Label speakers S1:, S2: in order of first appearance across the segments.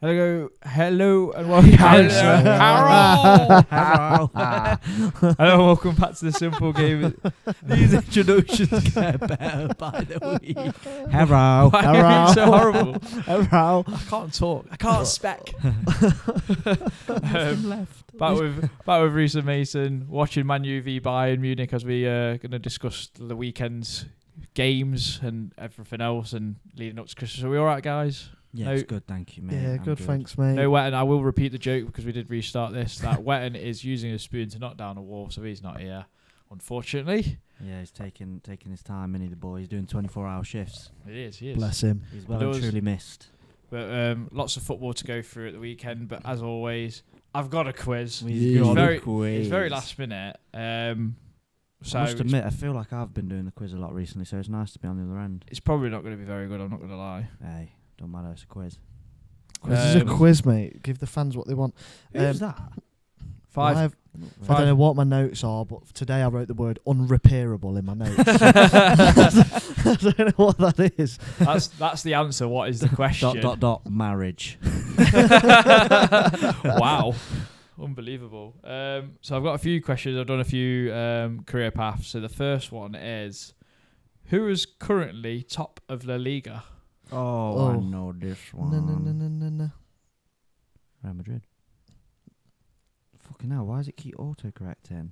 S1: Hello, hello, and welcome.
S2: Hello,
S1: Hello.
S2: Harold.
S1: Hello, and welcome back to the Simple Game.
S2: These introductions get better by the week.
S3: Hello.
S1: Why are you so Oh, horrible?
S3: Hello.
S2: I can't talk. I can't spec.
S1: Um, back with back with Reese and Mason watching Man U v Bayern Munich as we are uh, going to discuss the weekend's games and everything else and leading up to Christmas. Are we all right, guys?
S3: Yeah,
S1: No.
S3: it's good. Thank you, mate.
S4: yeah,
S3: I'm
S4: good, Thanks, mate.
S1: No wetting. I will repeat the joke because we did restart this. That wetting is using a spoon to knock down a wall, so he's not here, unfortunately.
S3: Yeah, he's taking taking his time, Minnie the boy. He's doing 24 hour shifts.
S1: It is. He is.
S4: Bless him.
S3: He's well
S1: There
S3: and
S1: was-
S3: truly missed.
S1: But um, lots of football to go through at the weekend. But as always, I've got a quiz.
S3: He's
S1: It's
S3: got a
S1: very-
S3: quiz.
S1: It's very last minute. Um, so
S3: I must
S1: it's-
S3: admit, I feel like I've been doing the quiz a lot recently, so it's nice to be on the other end.
S1: it's probably not going to be very good. I'm not going to lie.
S3: Hey, don't matter, it's a quiz.
S4: This is a
S1: Um,
S4: quiz, mate. Give the fans what they want.
S3: Who's
S4: Um,
S3: that?
S1: Five.
S4: I've- I
S1: Five.
S4: don't know what my notes are, but today I wrote the word unrepairable in my notes. I don't know what that is.
S1: that's that's the answer. What is the question?
S3: Dot dot dot marriage.
S1: wow. Unbelievable. Um, so I've got a few questions. I've done a few um, career paths. So the first one is who is currently top of La Liga?
S3: Oh, I
S4: Oh.
S3: know this
S4: No,
S3: one.
S4: no, no, no, no, no.
S3: Real Madrid. Fucking hell, why does it keep autocorrecting?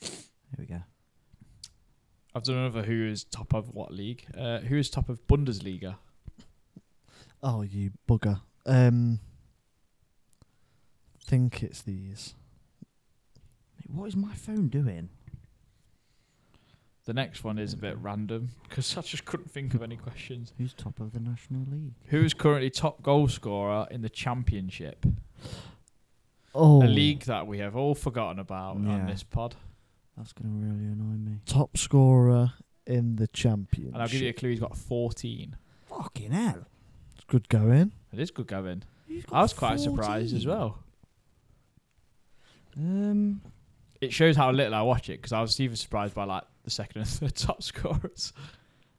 S3: Here we go.
S1: I've done another who is top of what league? Uh, who is top of Bundesliga?
S4: Oh, you bugger. Um, think it's these.
S3: Mate, What is my phone doing?
S1: The next one is a bit random because I just couldn't think of any questions.
S3: Who's top of the National League?
S1: Who is currently top goal scorer in the championship?
S4: Oh,
S1: A league that we have all forgotten about on
S3: Yeah.
S1: this pod.
S3: That's gonna really annoy me.
S4: top scorer in the championship.
S1: And I'll give you a clue, he's got 14.
S3: Fucking hell.
S4: good going.
S1: It is good going.
S3: Who's got
S1: I was quite surprised
S3: 14?
S1: as well.
S3: Um,
S1: It shows how little I watch it because I was even surprised by like the second and third top scorers.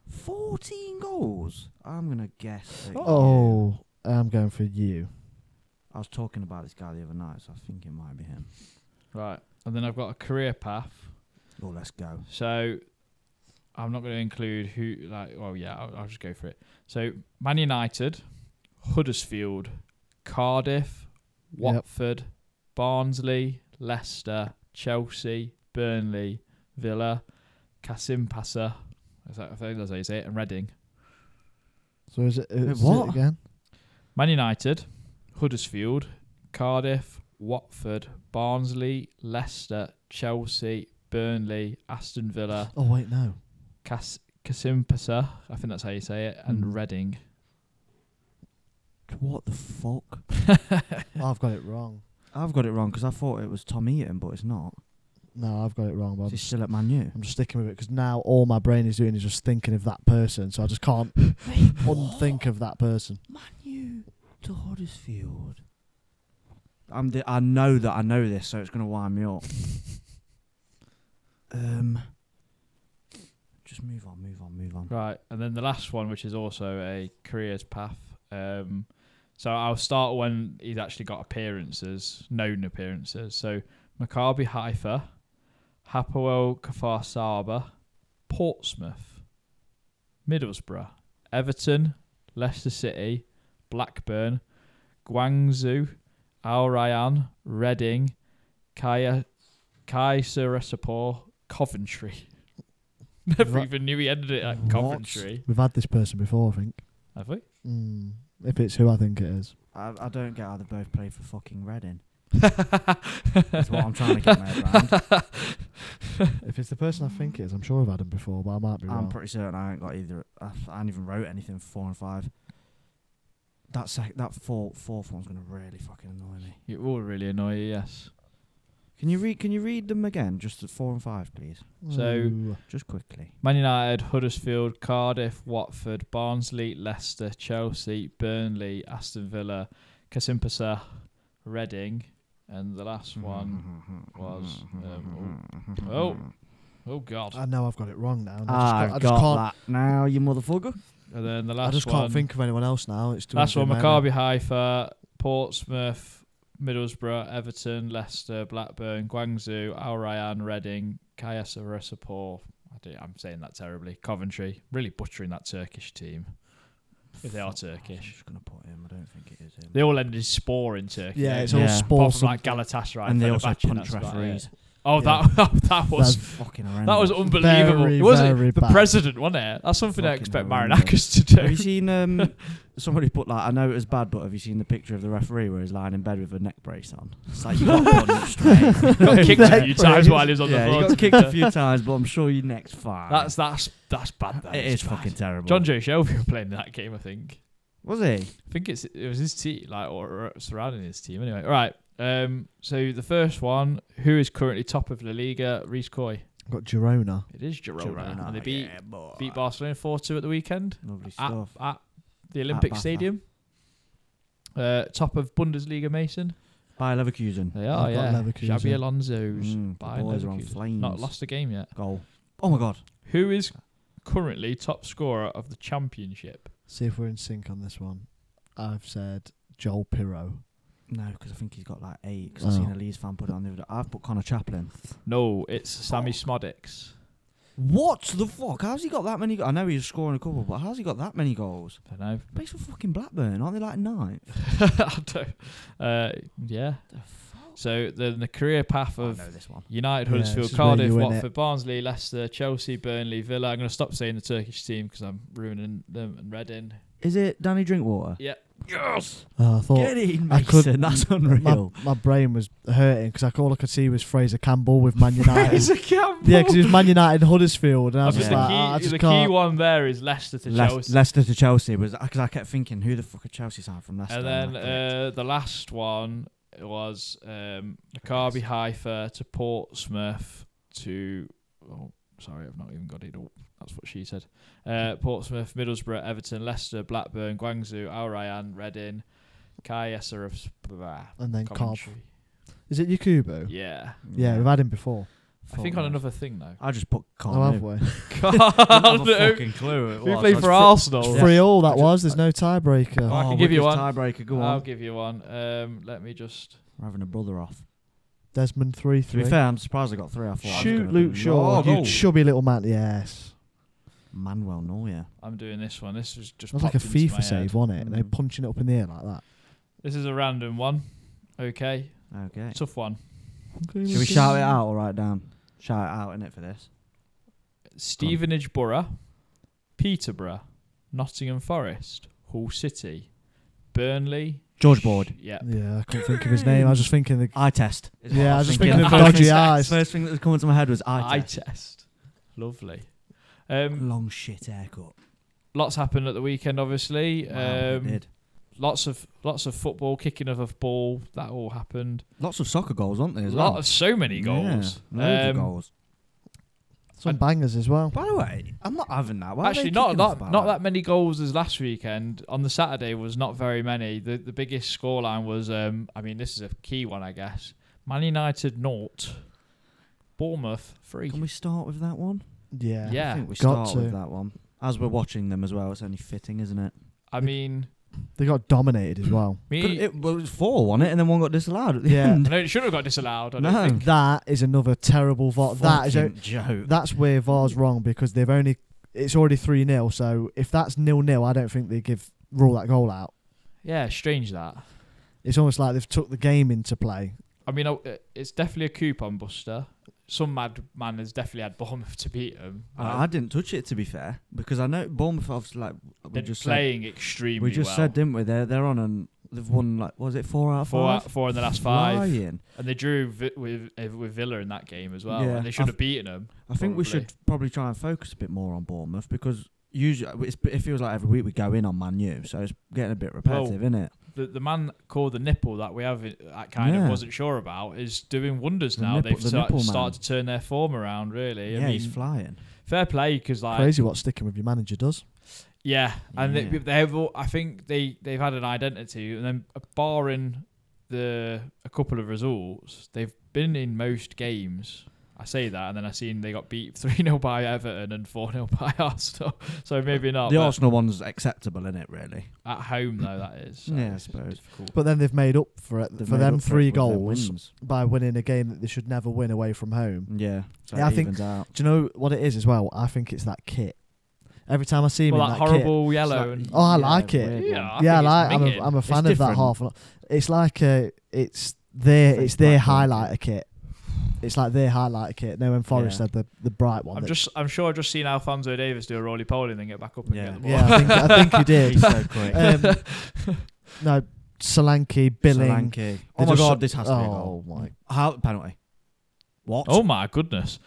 S3: fourteen goals. I'm gonna guess. that you-
S4: Oh, I'm going for you.
S3: I was talking about this guy the other night, so I think it might be him.
S1: Right. And then I've got a career path.
S3: Oh, let's go.
S1: So I'm not going to include who, like, well, yeah, I'll, I'll just go for it. So Man United, Huddersfield, Cardiff,
S4: Yep.
S1: Watford, Barnsley, Leicester, Chelsea, Burnley, Villa, Kasim Pasa. Is that, I think that's how you say it, and Reading.
S4: So is it, is
S3: what?
S4: it again?
S1: Man United, Huddersfield, Cardiff, Watford, Barnsley, Leicester, Chelsea, Burnley, Aston Villa,
S4: Oh wait, no.
S1: Cas- Kasimpasa, I think that's how you say it, and
S4: Mm.
S1: Reading.
S3: What the fuck?
S4: Oh, I've got it wrong.
S3: I've got it wrong because I thought it was Tom Eaton, but it's not.
S4: No, I've got it wrong. But I'm
S3: He's still at Man U.
S4: I'm just sticking with it because now all my brain is doing is just thinking of that person, so I just can't unthink of that person.
S3: Man U to Huddersfield. I'm the, I know that I know this, so it's gonna wind me up. um, just move on, move on, move on.
S1: Right, and then the last one, which is also a careers path. Um, so I'll start when he's actually got appearances, known appearances. So Maccabi Haifa, Hapoel Kfar Saba, Portsmouth, Middlesbrough, Everton, Leicester City, Blackburn, Guangzhou, Al Rayyan, Reading, Kaya, Kayserispor, Coventry. Never
S4: Right.
S1: even knew he ended it at
S3: What?
S1: Coventry.
S4: We've had this person before, I think.
S1: Have we?
S4: Mm, if it's who I think it is,
S3: I, I don't get how they both play for fucking Reading. That's what I'm trying to get my head around.
S4: if it's the person I think it is, I'm sure I've had him before, but I might be
S3: I'm
S4: wrong.
S3: pretty certain I ain't got either. I, I ain't even wrote anything for four and five. That sec, that four, fourth one's gonna really fucking annoy me.
S1: It will really annoy you, yes.
S3: Can you read? Can you read them again? Just the four and five, please.
S1: so-
S4: Ooh.
S3: Just quickly.
S1: Man United, Huddersfield, Cardiff, Watford, Barnsley, Leicester, Chelsea, Burnley, Aston Villa, Kasimpasa, Reading, and the last
S4: Mm-hmm.
S1: one. was, um, oh. Oh God!
S4: I know I've got it wrong now. and
S1: Ah,
S4: I
S3: I've
S4: just can't, I just
S3: got
S4: can't,
S3: that now, you motherfucker.
S1: And then the
S4: I
S1: last
S4: just
S1: one.
S4: can't think of anyone else now. It's doing
S1: last
S4: to
S1: one:
S4: my head.
S1: Maccabi Haifa, Portsmouth, Middlesbrough, Everton, Leicester, Blackburn, Guangzhou, Al Rayyan, Reading, Kayserispor. I do, I'm saying that terribly. Coventry, really butchering that Turkish team. If they are
S3: Fuck, I'm
S1: Turkish,
S3: just gonna put him. I don't think it is him.
S1: they all ended in spore in Turkey.
S4: Yeah,
S1: don't
S4: it's
S1: they?
S4: all
S3: Yeah.
S4: sport.
S1: Apart from like Galatasaray
S3: and they
S1: Fenerbahce,
S3: also
S1: that's
S3: punch
S1: about it.
S3: referees.
S1: Oh,
S4: Yeah.
S1: that that was
S3: Fucking horrendous.
S1: that was unbelievable.
S4: Very,
S1: it wasn't
S4: very
S1: the
S4: bad.
S1: president, wasn't it? That's something I
S3: Fucking
S1: expect
S3: horrendous.
S1: Marinakis to
S3: Have you
S1: do.
S3: seen um, somebody put like I know it was bad, but have you seen the picture of the referee where he's lying in bed with a neck brace on? It's like you got punched. mate.
S1: Got kicked a few
S4: Exactly.
S1: times while he was on
S3: yeah,
S1: the floor.
S3: you
S1: to
S3: got
S1: be
S3: kicked a
S1: fair.
S3: few times, but I'm sure your neck's fine.
S1: That's that's that's bad. That
S3: it
S1: is
S3: is
S1: bad.
S3: fucking terrible.
S1: John Joe Shelby were playing in that game, I think.
S3: was he?
S1: I think it's it was his team, like or, or surrounding his team. Anyway, all right. Um, so the first one, who is currently top of La Liga? Reese Coy.
S4: Got Girona.
S1: It is Girona,
S3: Girona,
S1: and they beat
S3: yeah, boy.
S1: beat Ah, Barcelona four two at the weekend
S3: Lovely
S1: at,
S3: stuff.
S1: at the Olympic
S3: Bath,
S1: Stadium. Uh, top of Bundesliga, Mason.
S3: By Leverkusen.
S1: They are,
S4: I've got
S1: yeah.
S4: Leverkusen.
S1: Xabi Alonso's
S3: Mm, the
S1: Bayern
S3: boys are on
S1: Leverkusen.
S3: flames.
S1: Not lost a game yet.
S3: Goal. Oh my god.
S1: Who is currently top scorer of the championship?
S4: See if we're in sync on this one. I've said Joel Pirro.
S3: No, because I think he's got like eight. Because I've seen
S4: Oh.
S3: a Leeds fan put it on the other. day. I've put Connor Chaplin.
S1: No, it's Sammy Smodics.
S3: What the fuck? How's he got that many? Go- I know he's scoring a couple, but how's he got that many goals?
S1: I don't know.
S3: Based on fucking Blackburn, aren't they like ninth?
S1: I don't- uh, yeah.
S3: The fuck?
S1: So then the career path
S3: I
S1: of
S3: know this one.
S1: United,
S4: Yeah,
S1: Huddersfield,
S4: this is where
S1: Cardiff,
S4: you win
S1: Watford, Barnsley, Leicester, Chelsea, Burnley, Villa. I'm going to stop saying the Turkish team because I'm ruining them and Reading.
S3: Is it Danny Drinkwater?
S1: Yeah.
S3: Yes.
S4: Oh, I thought
S3: Get in,
S4: I could-
S3: Mason. That's
S4: my,
S3: unreal.
S4: my brain was hurting because like, all I could see was Fraser Campbell with Man United.
S1: a Campbell.
S4: yeah, because it was Man United Huddersfield, and I was
S3: Yeah.
S4: just
S1: the,
S4: like,
S1: key,
S4: "Ah, I just
S1: the key
S4: can't.
S1: one there is Leicester to
S3: Le-
S1: Chelsea.
S3: Leicester to Chelsea was because I kept thinking, who the fuck are Chelsea signed from Leicester?
S1: and then
S3: I clicked.
S1: uh, the last one was um, Maccabi Haifa to Portsmouth to. Oh, sorry, I've not even got it. all. that's what she said. Uh,
S3: Hmm.
S1: Portsmouth, Middlesbrough, Everton, Leicester, Blackburn, Guangzhou, Al Rayyan, Reading, Kai Esser of
S4: And then Cobb.
S1: Coventry.
S4: Is it Yakubu? Yeah.
S1: Yeah.
S4: we've had him before.
S1: I think
S3: Fuck
S1: on
S3: knows.
S1: another thing, though.
S3: I just put Carl.
S4: Oh, have we?
S1: Cobb,
S3: have
S1: no.
S3: a fucking clue. who it
S1: Who
S3: was. I
S1: played
S3: just
S1: for
S3: put-
S1: Arsenal?
S3: Yeah.
S4: Free all that
S3: I ju-
S4: was. There's no tiebreaker.
S1: I
S3: Oh,
S1: can give you
S3: Wicker's
S1: one.
S3: Tiebreaker. Go
S1: I'll
S3: on.
S1: give you one. Um, let me just.
S3: We're having a brother off.
S4: Desmond three
S3: To
S4: three.
S3: be fair, I'm surprised I got three. I thought I was
S4: Shoot,
S3: gonna
S4: Luke
S3: be
S4: Shaw,
S3: low.
S4: you
S1: Oh.
S4: chubby little man. Yes,
S3: Manuel Neuer.
S1: I'm doing this one. This was just.
S4: that was like a
S1: popped into my
S4: FIFA
S1: head.
S4: save, wasn't it? They're
S3: Mm.
S4: punching it up in the air like that.
S1: This is a random one. Okay.
S3: Okay.
S1: Tough one.
S3: Should we shout it out or write down? Shout it out in it for this.
S1: Stevenage Borough, Peterborough, Nottingham Forest, Hull City, Burnley.
S3: George Board.
S1: Yeah.
S4: Yeah, I couldn't think of his name. I was just thinking the
S3: Eye test. is what
S4: Yeah, I was just thinking
S1: of
S3: First
S1: dodgy
S3: thing-
S4: eyes.
S3: First thing that was coming to my head was eye,
S1: Eye
S3: test.
S1: test. Lovely. Um,
S3: Long shit haircut.
S1: lots happened at the weekend, obviously.
S3: Wow, it
S1: um,
S3: did.
S1: Lots of lots of football, kicking of a ball. That all happened.
S3: Lots of soccer goals, aren't there?
S1: A
S3: as
S1: lot
S3: well?
S1: of so many goals.
S3: Yeah, loads
S1: Um,
S3: of goals.
S4: some bangers as well.
S3: By the way, I'm not having that. Why are they
S1: Actually, not
S3: kicking
S1: not
S3: off about
S1: not that many goals as last weekend. On the Saturday was not very many. The the biggest scoreline was, um, I mean, this is a key one, I guess. Man United naught, Bournemouth three.
S3: Can we start with that one?
S4: Yeah,
S1: Yeah.
S3: I think we
S4: Got
S3: start with
S4: to.
S3: that one. As we're watching them as well, it's only fitting, isn't it?
S1: I mean,
S4: they got dominated as well.
S1: me.
S3: Couldn't- it, well, it was four, wasn't it? And then one got disallowed at the
S4: Yeah.
S1: I
S3: end.
S1: know it should have got disallowed. I don't
S3: No.
S1: think.
S4: That is another terrible VAR. That is o-
S3: Mm. Fucking joke.
S4: that's where VAR's wrong because they've only it's already three 0 So if that's nil nil, I don't think they give rule that goal out.
S1: Yeah, strange that.
S4: It's almost like they've took the game into play.
S1: I mean, I- it's definitely a coupon buster. Some mad man has definitely had Bournemouth to beat them.
S3: I, I didn't touch it to be fair because I know Bournemouth obviously like we
S1: They're
S3: just said,
S1: playing extremely
S3: we just
S1: well.
S3: said didn't we? They're they're on and they've won like what was it four out of
S1: four,
S3: five?
S1: out- four in the last five.
S3: Flying.
S1: And they drew vi- with eh, with Villa in that game as well,
S3: Yeah.
S1: and they should
S3: I
S1: have beaten them.
S3: I think we should probably try and focus a bit more on Bournemouth because usually uh, it's, it feels like every week we go in on Man U, so it's getting a bit repetitive, isn't it?
S1: The, the man called the nipple that we have it- that kind
S3: Yeah.
S1: of wasn't sure about is doing wonders
S3: The
S1: now.
S3: nipple-
S1: They've
S3: the
S1: start,
S3: nipple man.
S1: started to turn their form around. Really,
S3: yeah,
S1: I mean,
S3: he's flying.
S1: fair play because like
S4: Crazy what sticking with your manager does.
S1: Yeah, and
S3: Yeah.
S1: They, they've all, I think they they've had an identity, and then uh, barring the a couple of results, they've been in most games I say that, and then I seen they got beat 3 0 by Everton and 4 0 by Arsenal. So maybe not.
S3: the
S1: oh, but
S3: Arsenal one's acceptable, isn't it? Really.
S1: at home, though, that is. So
S3: Yeah, I
S1: it's
S3: suppose.
S1: difficult.
S4: But then they've made up for it
S3: They've
S4: for
S3: made
S4: them
S3: up it
S4: three
S3: with their
S4: goals
S3: wins.
S4: by winning a game that they should never win away from home.
S3: Yeah. So
S4: Yeah,
S3: it
S4: I think-
S3: evens out.
S4: Do you know what it is as well? I think it's that kit. Every time I see him
S1: well,
S4: in
S1: that
S4: that,
S1: horrible
S3: It's
S1: yellow.
S3: like-
S1: and,
S4: Oh, I
S3: yeah,
S4: like it.
S3: weird
S1: yeah,
S3: one.
S1: I
S4: kit, yeah,
S1: think
S4: I
S1: it's
S4: like, I'm a,
S1: minging.
S4: I'm a
S3: It's
S4: fan of that
S3: different.
S4: half. a lot. It's like a, it's their,
S3: It's
S4: it's their
S3: black one,
S4: highlighter kit. It's like their highlighter kit. No, when Forrest
S3: Yeah.
S4: had the, the bright one.
S1: I'm
S4: that-
S1: just. I'm sure I've just seen Alfonso Davis do a roly poly and then get back up and
S3: Yeah.
S1: get the ball.
S4: yeah, I think, I think he did.
S3: He's so quick.
S4: Um, no, Solanke, Billing.
S3: Solanke.
S4: They
S3: Oh my
S4: just-
S3: god, this has to be a goal.
S4: Oh my
S3: How penalty? What?
S1: oh my goodness,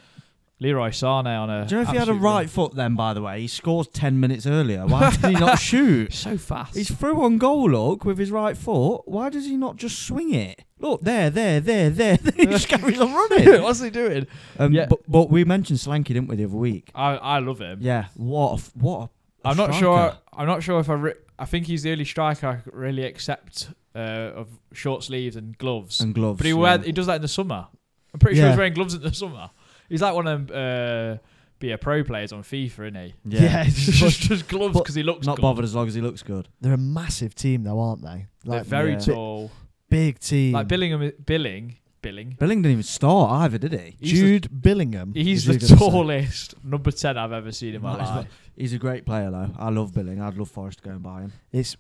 S1: Leroy Sane on a.
S3: Do you know if he had a
S1: absolute run.
S3: right foot then, by the way? He scores 10 minutes earlier. Why did he not shoot?
S1: So fast.
S3: He's through on goal, look, with his right foot. Why does he not just swing it? Look, there, there, there, there. there. he just carries on running.
S1: What's he doing?
S3: Um,
S1: Yeah.
S3: but, but we mentioned Slanky, didn't we, the other week?
S1: I I love him.
S3: Yeah. What a, f- what a, a
S1: I'm not
S3: striker.
S1: sure. I'm not sure if I. Re- I think he's the only striker I could really accept uh, of short sleeves and gloves.
S3: And gloves.
S1: but he
S3: yeah.
S1: wear, he does that in the summer. I'm pretty sure
S4: Yeah.
S1: he's wearing gloves in the summer. He's like one of them. Uh, be a pro players on FIFA, isn't he?
S3: Yeah.
S4: Yeah, it's
S1: just,
S4: just-
S1: just gloves
S4: but
S1: because he looks
S3: Not
S1: good.
S3: bothered as long as he looks good.
S4: They're a massive team though, aren't they?
S1: They're
S4: Like
S1: very
S3: yeah.
S1: tall.
S4: big team.
S1: Like Billingham, Billing, Billing.
S3: Billing didn't even start either, did he?
S1: he's the-
S4: Jude Billingham.
S3: Mm.
S1: He's
S4: was
S1: the
S4: who you were gonna say.
S1: tallest number ten I've ever seen in my
S3: Might as well.
S1: life.
S3: He's a great player, though. I love Billing. I'd love Forrest going by him.
S4: It's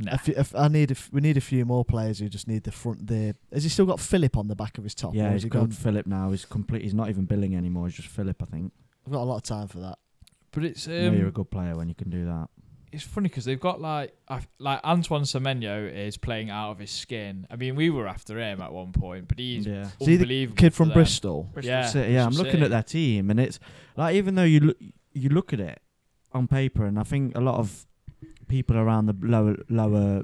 S1: Nah.
S4: a few, a f- I need. A f- we need a few more players who just need the front. The has he still got Philip on the back of his top?
S3: yeah,
S4: or has
S3: he's
S4: he
S3: called
S4: gone?
S3: Philip now. He's complete. He's not even Billing anymore. He's just Philip, I think.
S4: I've got a lot of time for that.
S1: But it's um,
S3: You know you're a good player when you can do that.
S1: it's funny because they've got like I, like Antoine Semenyo is playing out of his skin. I mean, we were after him at one point, but he's
S3: yeah.
S4: Is he the
S1: unbelievable.
S4: Kid from
S1: for them.
S4: Bristol.
S1: Yeah,
S3: City, yeah. I'm
S1: Bristol
S3: looking
S1: City.
S3: at their team, and it's like even though you look, you look at it on paper, and I think a lot of people around the lower lower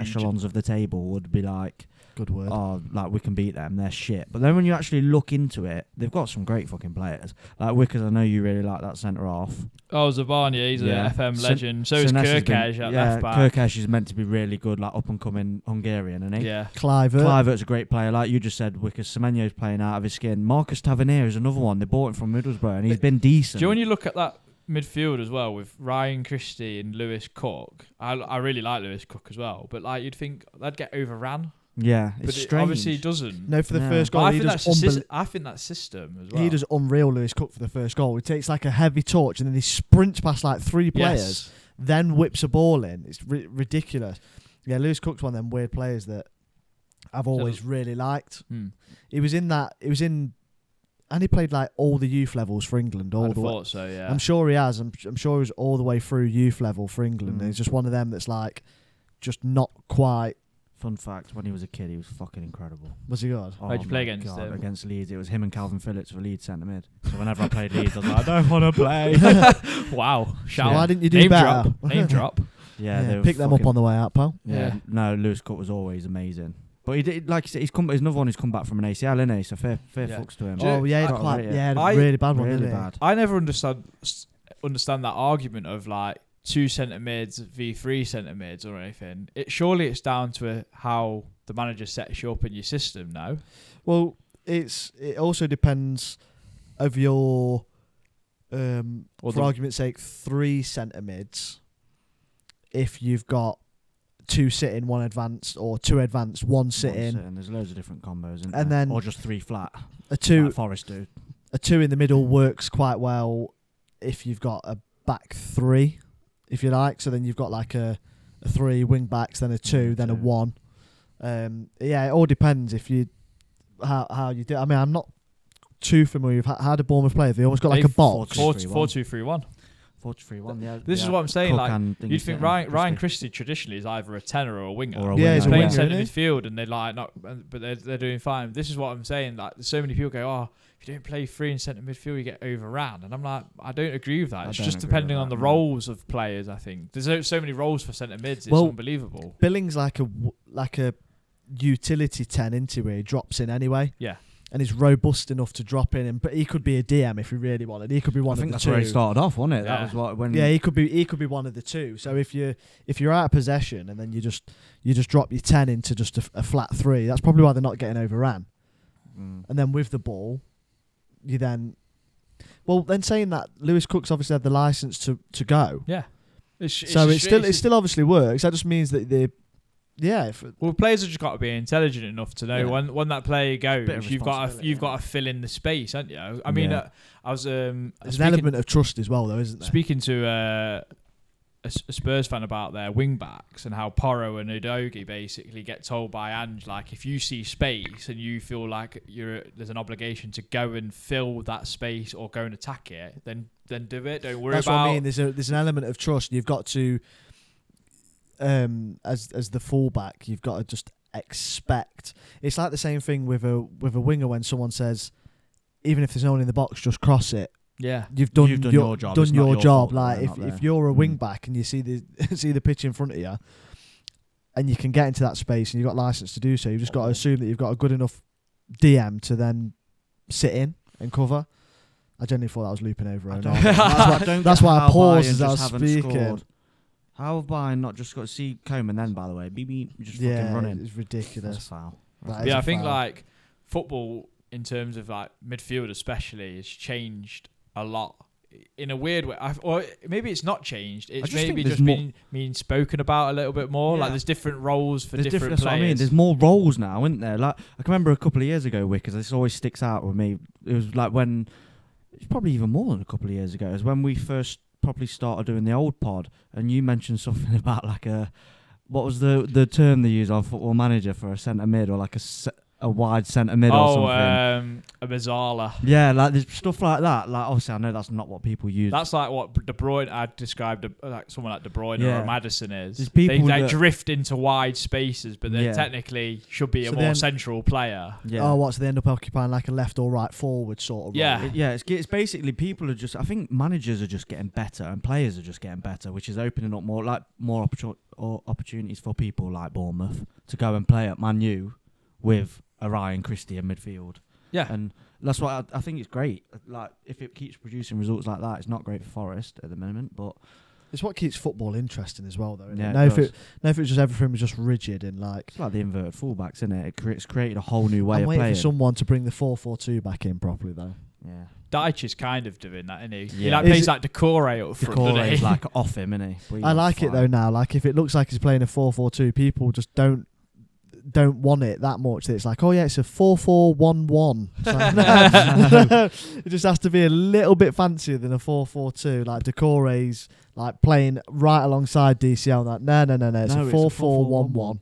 S3: echelons of the table would be like,
S4: Good word.
S3: oh, like we can beat them. They're shit. But then when you actually look into it, they've got some great fucking players. Like Wickers, I know you really like that centre half.
S1: Oh, Zabania, he's
S3: Yeah.
S1: an FM
S3: Sin-
S1: legend. So is
S3: Sinesi's been-
S1: Kirkej at
S3: yeah,
S1: left back.
S3: Kirkesh is meant to be really good, like up and coming Hungarian, isn't he?
S1: Yeah,
S4: Cliver.
S3: Clivert's a great player, like you just said. Wickers Semenyo's playing out of his skin. Marcus Tavernier is another one. They bought him from Middlesbrough, and he's
S1: But-
S3: been
S1: do
S3: decent.
S1: you know when you look at that midfield as well with Ryan Christie and Lewis Cook? I I really like Lewis Cook as well, but like you'd think they'd get overran,
S3: yeah,
S1: but
S3: it's
S1: it
S3: strange.
S1: obviously doesn't.
S4: no, for the
S3: Yeah.
S4: first
S1: But
S4: goal,
S1: I
S4: he
S1: think
S4: does,
S1: that's a
S4: unbel-
S1: sys- I think that's system as well.
S4: he does unreal. Lewis Cook for the first goal. He takes like a heavy torch and then he sprints past like three players,
S1: Yes.
S4: then whips a ball in. It's ri- ridiculous. Yeah, Lewis Cook's one of them weird players that I've always really liked.
S1: Hmm.
S4: He was in that. He was in, and he played like all the youth levels for England, all
S1: I'd
S4: the way.
S1: thought so. Yeah.
S4: I'm sure he has. I'm, I'm sure he's all the way through youth level for England.
S3: Mm.
S4: And he's just one of them that's like, just not quite.
S3: Fun fact: when he was a kid, he was fucking incredible.
S4: Was he good?
S3: Oh
S1: Who'd you play
S3: my
S1: against
S3: God,
S1: him?
S3: Against Leeds, it was him and Calvin Phillips for Leeds centre mid. So whenever I played Leeds, I was like, I don't want to play.
S1: wow. Shout
S4: Why
S1: out.
S4: didn't you do
S1: Name
S4: better?
S1: drop. Name drop.
S3: Yeah, they were
S4: pick them up
S3: fucking-
S4: on the way out, pal.
S3: Yeah.
S1: Yeah.
S3: No, Lewis Cut was always amazing. But he did, like you said, he's come. He's another one who's come back from an ACL, isn't he? So fair, fair
S1: Yeah.
S3: fucks to him.
S1: Do you-
S4: Oh yeah,
S1: I-
S4: he's quite,
S3: really-
S4: yeah,
S1: I-
S4: really bad one,
S3: really
S4: didn't he?
S3: bad.
S1: I never understand s- understand that argument of like two centre mids v three centre mids or anything. It surely it's down to uh how the manager sets you up in your system now.
S4: Well, it's it also depends of your, um,
S1: Or
S4: for
S1: the-
S4: argument's sake, three centre mids. If you've got two sitting, one advanced, or two advanced, one sitting,
S3: One sitting. There's loads of different combos, isn't
S4: And
S3: there?
S4: then-
S3: or just three flat.
S4: a two,
S3: like Forrest do.
S4: a two in the middle works quite well if you've got a back three, if you like. So then you've got like a, a three wing backs, then a two, then a
S3: two.
S4: one. Um, yeah, it all depends if you how how you do. I mean, I'm not too familiar with how, how did Bournemouth play. They almost got like
S1: They
S4: a box.
S1: Four,
S3: three,
S1: four,
S3: one.
S1: two, three, one.
S3: Four to three, one. Yeah.
S1: This is
S3: yeah.
S1: what I'm saying.
S3: Cook
S1: like
S3: and
S1: you'd
S3: Dingus
S1: think
S3: getting
S1: Ryan,
S3: Crispy.
S1: Ryan Christie traditionally is either a tenor or a winger.
S3: Or a
S4: Yeah,
S3: winger,
S4: he's a
S1: playing
S4: winger.
S1: centre
S4: Yeah.
S1: midfield and they're like not but they're, they're doing fine this is what i'm saying like so many people go oh if you don't play free in centre midfield you get overran and i'm like i don't agree with that
S3: I
S1: it's
S3: don't
S1: just
S3: agree with
S1: depending on
S3: that,
S1: the
S3: no.
S1: roles of players i think there's so, so many roles for centre mids it's
S4: Well-
S1: unbelievable
S4: Billing's like a w- like a utility ten into where he drops in anyway.
S1: Yeah.
S4: And he's robust enough to drop in, and but he could be a DM if he really wanted. He could be
S3: I
S4: one of
S3: think
S4: the
S3: that's
S4: two.
S3: where he started off, wasn't it?
S1: Yeah.
S3: That was what when.
S4: Yeah,
S1: Mm.
S4: he could be he could be one of the two. So if you if you're out of possession and then you just you just drop your ten into just a, a flat three, that's probably why they're not getting overran.
S3: Mm.
S4: And then with the ball, you then. Well, then saying that Lewis Cook's obviously had the license to to go,
S1: Yeah. It's,
S4: so
S1: a
S4: it
S1: sh-
S4: still
S1: it's a-
S4: it
S1: Uh,
S4: still obviously works. That just means that they, yeah, if,
S1: Well, players have just got to be intelligent enough to know
S4: Yeah.
S1: when when that player goes,
S3: bit of
S1: you've got to
S3: responsibility,
S1: you've
S3: yeah.
S1: got to fill in the space, haven't you? I mean,
S3: Yeah.
S1: uh, I was um
S4: there's an
S1: speaking,
S4: element of trust as well, though, isn't there?
S1: speaking to uh, a, S- a Spurs fan about their wing backs and how Porro and Udogi basically get told by Ange like if you see space and you feel like you're there's an obligation to go and fill that space or go and attack it, then then do it. Don't worry
S4: That's
S1: about
S4: what I mean. There's a there's an element of trust. You've got to, um, as as the fullback, you've got to just expect. It's like the same thing with a with a winger when someone says, even if there's no one in the box, just cross it.
S1: yeah.
S4: You've done,
S3: You've done your job.
S4: Done
S3: It's not
S4: your,
S3: your
S4: job.
S3: fault that
S4: Like
S3: they're
S4: if,
S3: not
S4: if
S3: there.
S4: you're a
S3: Mm.
S4: wing back and you see the see the pitch in front of you, and you can get into that space and you've got license to do so, you've just got to assume that you've got a good enough DM to then sit in and cover. I genuinely thought that was looping over.
S3: I
S4: Ronaldo.
S3: don't,
S4: That's why-
S3: don't
S4: that's
S3: get
S4: why I
S3: how
S4: paused
S3: Bayern
S4: as I
S3: just
S4: was
S3: haven't
S4: speaking.
S3: scored. How have Bayern not just got to see Coman then, by the way? BB just fucking running.
S4: It's
S3: That's a
S4: ridiculous.
S3: foul.
S4: That is
S1: yeah,
S4: a
S1: I think
S4: foul.
S1: like football in terms of like midfield especially has changed a lot in a weird way. I've, or maybe it's not changed. It's
S3: just think
S1: maybe
S3: there's
S1: just
S3: more-
S1: been being spoken about a little bit more. Like
S3: Yeah.
S1: there's different roles for
S3: There's
S1: different,
S3: that's what
S1: players.
S3: I mean. There's more roles now, isn't there? Like I can remember a couple of years ago, Wickers. This always sticks out with me. It was like when it's probably even more than a couple of years ago. It was when we first probably started doing the old pod, and you mentioned something about like a what was the the term they use on football manager for a centre mid or like a se- a wide centre mid or
S1: oh,
S3: something.
S1: um, a Mazzala.
S3: yeah, like there's stuff like that. Like obviously, I know that's not what people use.
S1: That's like what De Bruyne. I described a- like someone like De Bruyne or
S3: Yeah.
S1: a Madison is.
S3: There's
S1: They,
S3: people
S1: they
S3: that-
S1: drift into wide spaces, but they
S3: Yeah.
S1: technically should be
S4: So
S1: a more
S4: then-
S1: central player.
S3: yeah.
S4: Oh, what? So they end up occupying like a left or right forward sort of.
S1: Yeah.
S4: Role.
S3: It- yeah, it's, ge- it's basically people are just. I think managers are just getting better and players are just getting better, which is opening up more like more opportu- or opportunities for people like Bournemouth to go and play at Man U with a Ryan Christie in midfield,
S1: Yeah,
S3: and that's why I, I think it's great. Like if it keeps producing results like that, it's not great for Forest at the moment, but
S4: It's what keeps football interesting as well, though. Isn't
S3: yeah,
S4: it?
S3: it
S4: No, if
S3: does.
S4: it, no, if it was just everything was just rigid and like.
S3: it's like the inverted fullbacks, isn't it? it cre- it's created a whole new way
S4: I'm
S3: of
S4: waiting
S3: playing.
S4: for someone to bring the four four two back in properly, though.
S3: yeah,
S1: Deitch is kind of doing that, isn't he? He
S3: Yeah.
S1: like
S4: Is
S1: plays
S4: it-
S1: like Decore up front. doesn't
S3: Decore
S1: he?
S3: is like off him, isn't he?
S4: I like it though now. Like if it looks like he's playing a four four two, people just don't don't want it that much. That it's like, oh yeah, it's a four four one one. It's like, no. it just has to be a little bit fancier than a four four two. Like Decore's like playing right alongside DCL. Like no no no no, it's
S3: No,
S4: a
S3: it's a
S4: four four one
S3: 4-4-1-1.
S4: one.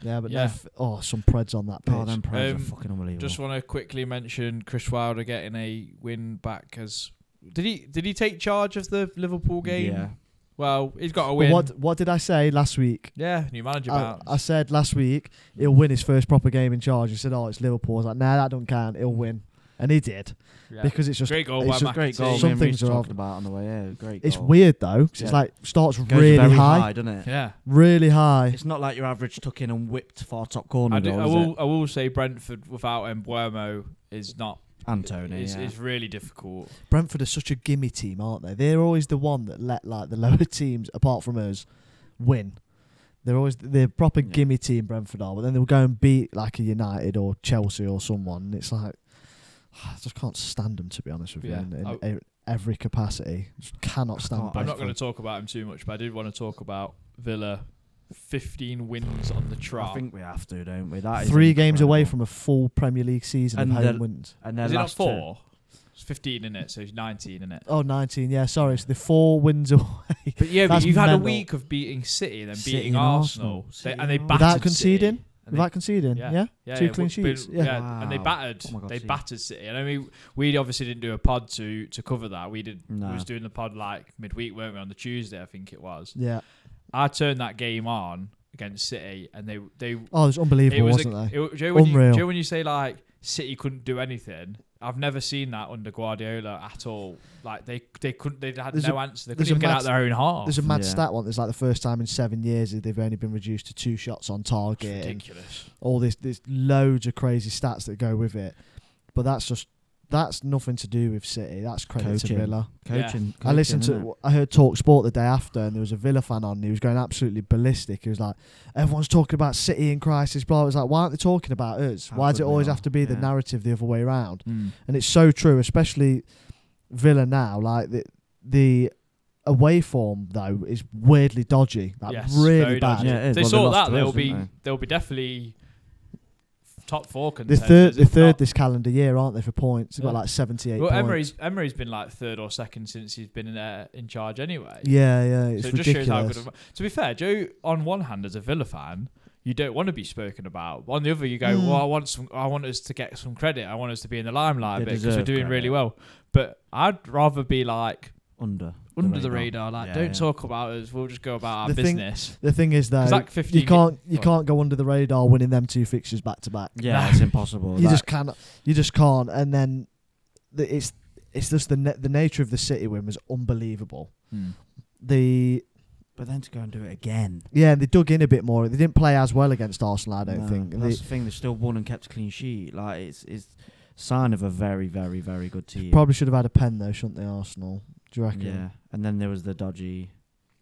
S4: Yeah, but
S1: Yeah.
S4: No f- oh some preds on that pitch.
S3: Oh, them pros
S1: Um,
S3: are fucking unbelievable.
S1: Just want to quickly mention Chris Wilder getting a win back as did he did he take charge of the Liverpool game?
S3: Yeah.
S1: Well, he's got a
S4: But
S1: win.
S4: what what did I say last week?
S1: Yeah, new manager
S4: I,
S1: bounce.
S4: I said last week he'll win his first proper game in charge. He said, "Oh, it's Liverpool." I was like, "Nah, that don't count. He'll win," and he did
S1: Yeah.
S4: because it's just
S1: great goal
S4: it's
S1: by
S4: just
S1: McAtee.
S3: Great goal.
S4: Some
S3: Some
S4: things
S3: things
S4: are
S3: are
S4: off-
S3: talking about on the way. Yeah, great.
S4: it's
S3: goal.
S4: weird though 'cause it's
S3: Yeah.
S4: like starts
S3: Goes
S4: really
S3: very
S4: high,
S3: doesn't it?
S1: Yeah,
S4: really high.
S3: It's not like your average tuck in and whipped far top corner
S1: I, do,
S3: goal,
S1: I
S3: is
S1: will.
S3: it?
S1: I will say Brentford without Embuemo is not.
S3: Antony.
S1: is,
S3: yeah.
S1: is really difficult.
S4: Brentford are such a gimme team, aren't they? They're always the one that let like the lower teams, apart from us, win. They're always they're a proper
S3: Yeah.
S4: gimme team. Brentford are, but then they'll go and beat like a United or Chelsea or someone, and it's like I just can't stand them to be honest with
S1: Yeah.
S4: you. In, in
S1: I-
S4: e- every capacity, just cannot stand.
S3: can't-
S1: I'm not
S4: Brentford.
S1: going to talk about him too much, but I did want to talk about Villa. 15 wins on the
S3: I
S1: trot.
S3: think we have to, don't we? That is
S4: three games away
S3: incredible.
S4: from a full Premier League season
S3: And
S4: of home
S3: the-
S4: wins.
S3: And their
S1: Is it not
S3: last two-
S1: four? It's 15 in it, so it's 19 in it.
S4: Oh, 19, yeah, sorry, it's the four wins away.
S1: But yeah, but
S4: That's
S1: you've had a
S4: mental.
S1: week of beating City, then
S3: City
S1: beating
S3: and
S1: Arsenal,
S3: Arsenal.
S1: They-
S3: City
S1: and they
S3: and
S1: battered
S3: Arsenal.
S4: Without conceding?
S1: City. And they-
S4: Without conceding,
S1: Yeah.
S4: yeah.
S1: yeah,
S4: two
S1: yeah, w-
S4: clean sheets,
S1: been-
S4: yeah.
S1: and they
S3: Wow.
S1: battered.
S3: Oh my God,
S1: they
S3: City.
S1: battered City, and I mean, we obviously didn't do a pod to to cover that. We did.
S3: No.
S1: We was doing the pod like midweek, weren't we? On the Tuesday, I think it was.
S4: Yeah.
S1: I turned that game on against City, and they they
S4: Oh, it was unbelievable,
S1: it was
S4: wasn't
S1: a,
S4: it?
S1: it was- do you know when you- do you
S4: Unreal.
S1: know when you say like City couldn't do anything? I've never seen that under Guardiola at all. Like they they couldn't they had
S4: There's a-
S1: no answer. They
S4: there's
S1: couldn't
S4: a
S1: even get
S4: mad-
S1: out their own half.
S4: There's a mad
S3: Yeah.
S4: stat one. It's like the first time in seven years that they've only been reduced to two shots on
S1: It's
S4: target. and
S1: ridiculous.
S4: All this, there's loads of crazy stats that go with it. But that's just that's nothing to do with City. That's credit
S3: Coaching.
S4: to Villa.
S1: Yeah.
S3: Coaching.
S4: I listened
S3: coaching, innit?
S4: to. I heard Talk Sport the day after, and there was a Villa fan on. And he was going absolutely ballistic. He was like, "Everyone's talking about City in crisis." Blah. I was like, "Why aren't they talking about us?
S3: How
S4: Why does it
S3: good we
S4: always
S3: are."
S4: have to be the
S3: Yeah.
S4: narrative the other way around?"
S1: Mm.
S4: and it's so true, especially Villa now. Like the the away form though is weirdly dodgy, like
S1: Yes,
S4: really
S1: very
S4: bad.
S1: dodgy.
S3: Yeah, it
S1: If
S3: is.
S1: they
S3: Well, they
S1: sort
S3: lost
S1: that,
S3: to us,
S1: they'll be
S3: didn't
S1: they'll be definitely top four
S4: They're
S1: contenders.
S4: third, they're
S1: if
S4: third
S1: not-
S4: this calendar year, aren't they? For points, they've got
S1: Yeah.
S4: like seventy eight.
S1: well,
S4: points.
S1: Emery's Emery's been like third or second since he's been in uh, in charge anyway.
S4: yeah, yeah,
S1: so
S4: it's
S1: it just
S4: ridiculous.
S1: shows how good. Of, to be fair, Joe, on one hand, as a Villa fan, you don't want to be spoken about. On the other, you go,
S4: Mm.
S1: "Well, I want some. I want us to get some credit. I want us to be in the limelight
S3: They
S1: because we're
S3: deserve
S1: doing
S3: credit.
S1: really well." But I'd rather be like
S3: under
S1: under the radar. Like,
S3: Yeah,
S1: don't
S3: yeah.
S1: talk about us. We'll just go about our
S4: The thing-
S1: business.
S4: the thing is though,
S1: Because like fifteen,
S4: you can't you
S1: Go
S4: can't go under the radar winning them two fixtures back to back.
S3: Yeah, it's impossible.
S4: You
S3: That-
S4: just can't. You just can't. And then the, it's it's just the na- the nature of the City win was unbelievable. The
S3: but then to go and do it again.
S4: Yeah, and they dug in a bit more. They didn't play as well against Arsenal, I don't
S3: No,
S4: think. And
S3: that's
S4: They,
S3: the thing. They still won and kept a clean sheet. Like it's it's sign of a very very very good team.
S4: probably should have had a pen though, shouldn't they, Arsenal? Do you reckon?
S3: Yeah, and then there was the dodgy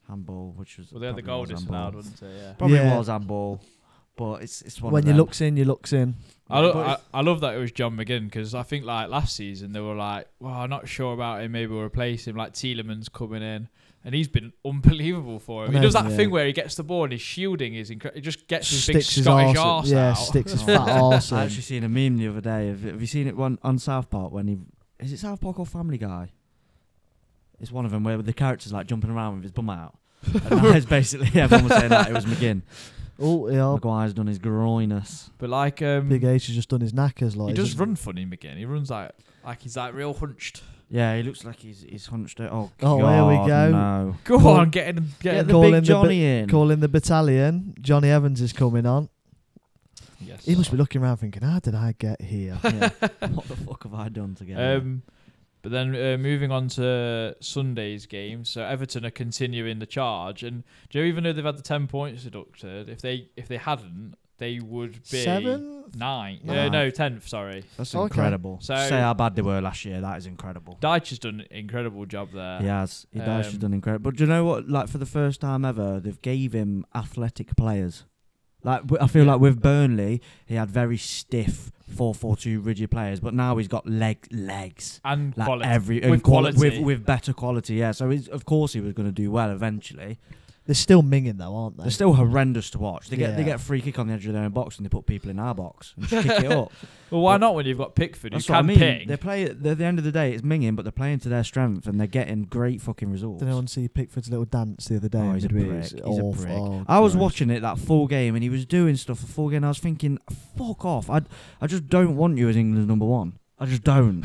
S3: handball, which was
S1: Well, they're the
S3: probably
S1: goal
S3: was
S1: disallowed,
S3: handball.
S1: wasn't it? Yeah.
S3: Probably
S4: Yeah.
S3: was handball, but it's it's one
S4: When
S3: of
S4: you
S3: them.
S4: looks in, you looks in.
S1: I,
S3: Yeah,
S1: lo-
S3: but
S1: I,
S3: it's-
S1: I love that it was John McGinn because I think like last season they were like, well, I'm not sure about him. Maybe we'll replace him. Like Tielemans coming in, and he's been unbelievable for him.
S4: I
S1: he does
S4: know,
S1: that
S4: yeah.
S1: thing where he gets the ball and his shielding is incredible. He just gets his big
S4: Sticks his
S1: Scottish
S4: arse
S1: arse
S4: in- yeah,
S1: out.
S4: sticks his
S3: Oh.
S4: fat eh? arse
S3: I
S4: in.
S3: actually seen a meme the other day. Have, have you seen it one on South Park when he is it South Park or Family Guy? It's one of them where the character's like jumping around with his bum out. and that is basically everyone was saying that it was McGinn.
S4: Oh, yeah.
S3: Maguire's done his groinus.
S1: But like, um,
S4: Big H has just done his knackers. Like
S1: he does
S4: he's-
S1: run funny McGinn. He runs like like he's like real hunched.
S3: Yeah, he looks like he's he's hunched out. Oh,
S4: Oh,
S3: God,
S4: here we go.
S3: No.
S1: Go
S4: Well,
S1: on, get in, get
S4: yeah,
S1: in.
S4: the Call
S3: big
S4: in the
S3: Johnny in.
S4: Calling the battalion. Johnny Evans is coming on.
S1: Yes.
S4: He must be looking around thinking, how did I get here?
S3: Yeah. what the fuck have I done to get here?
S1: Um, but then uh, moving on to Sunday's game, so Everton are continuing the charge, and Joe, even though they've had the ten points deducted, if they if they hadn't, they would be
S4: Seven?
S1: nine. Uh,
S3: Nine.
S1: no, tenth. Sorry,
S3: That's
S4: okay.
S3: incredible.
S1: So-
S3: Say how bad they were last year. That is incredible.
S1: Deitch has done an incredible job there.
S3: He has. He has
S1: Uh, Um,
S3: done incredible. But do you know what? Like for the first time ever, they've gave him athletic players. Like w- I feel
S1: Yeah.
S3: like with Burnley, he had very stiff four-four-two rigid players, but now he's got leg legs.
S1: and
S3: Like
S1: quality.
S3: every
S1: With
S3: and quali- with
S1: quality.
S3: with better quality, yeah. So he's, of course he was going to do well eventually.
S4: They're still minging though, aren't they?
S3: They're still horrendous to watch. They get they
S4: Yeah.
S3: get a free kick on the edge of their own box and they put people in our box and just kick it up.
S1: well, why
S3: But-
S1: not when you've got Pickford? You
S3: That's what I
S1: can
S3: mean.
S1: ping.
S3: They play at the, the end of the day. It's minging, but they're playing to their strength and they're getting great fucking results.
S4: Did anyone see Pickford's little dance the other day?
S3: Oh, he's a
S4: midweek?
S3: prick.
S4: It's
S3: He's a
S4: awful.
S3: prick.
S4: Oh,
S3: I was
S4: Christ.
S3: watching it that full game and he was doing stuff for full game. And I was thinking, fuck off. I I just don't want you as England's number one. I just don't.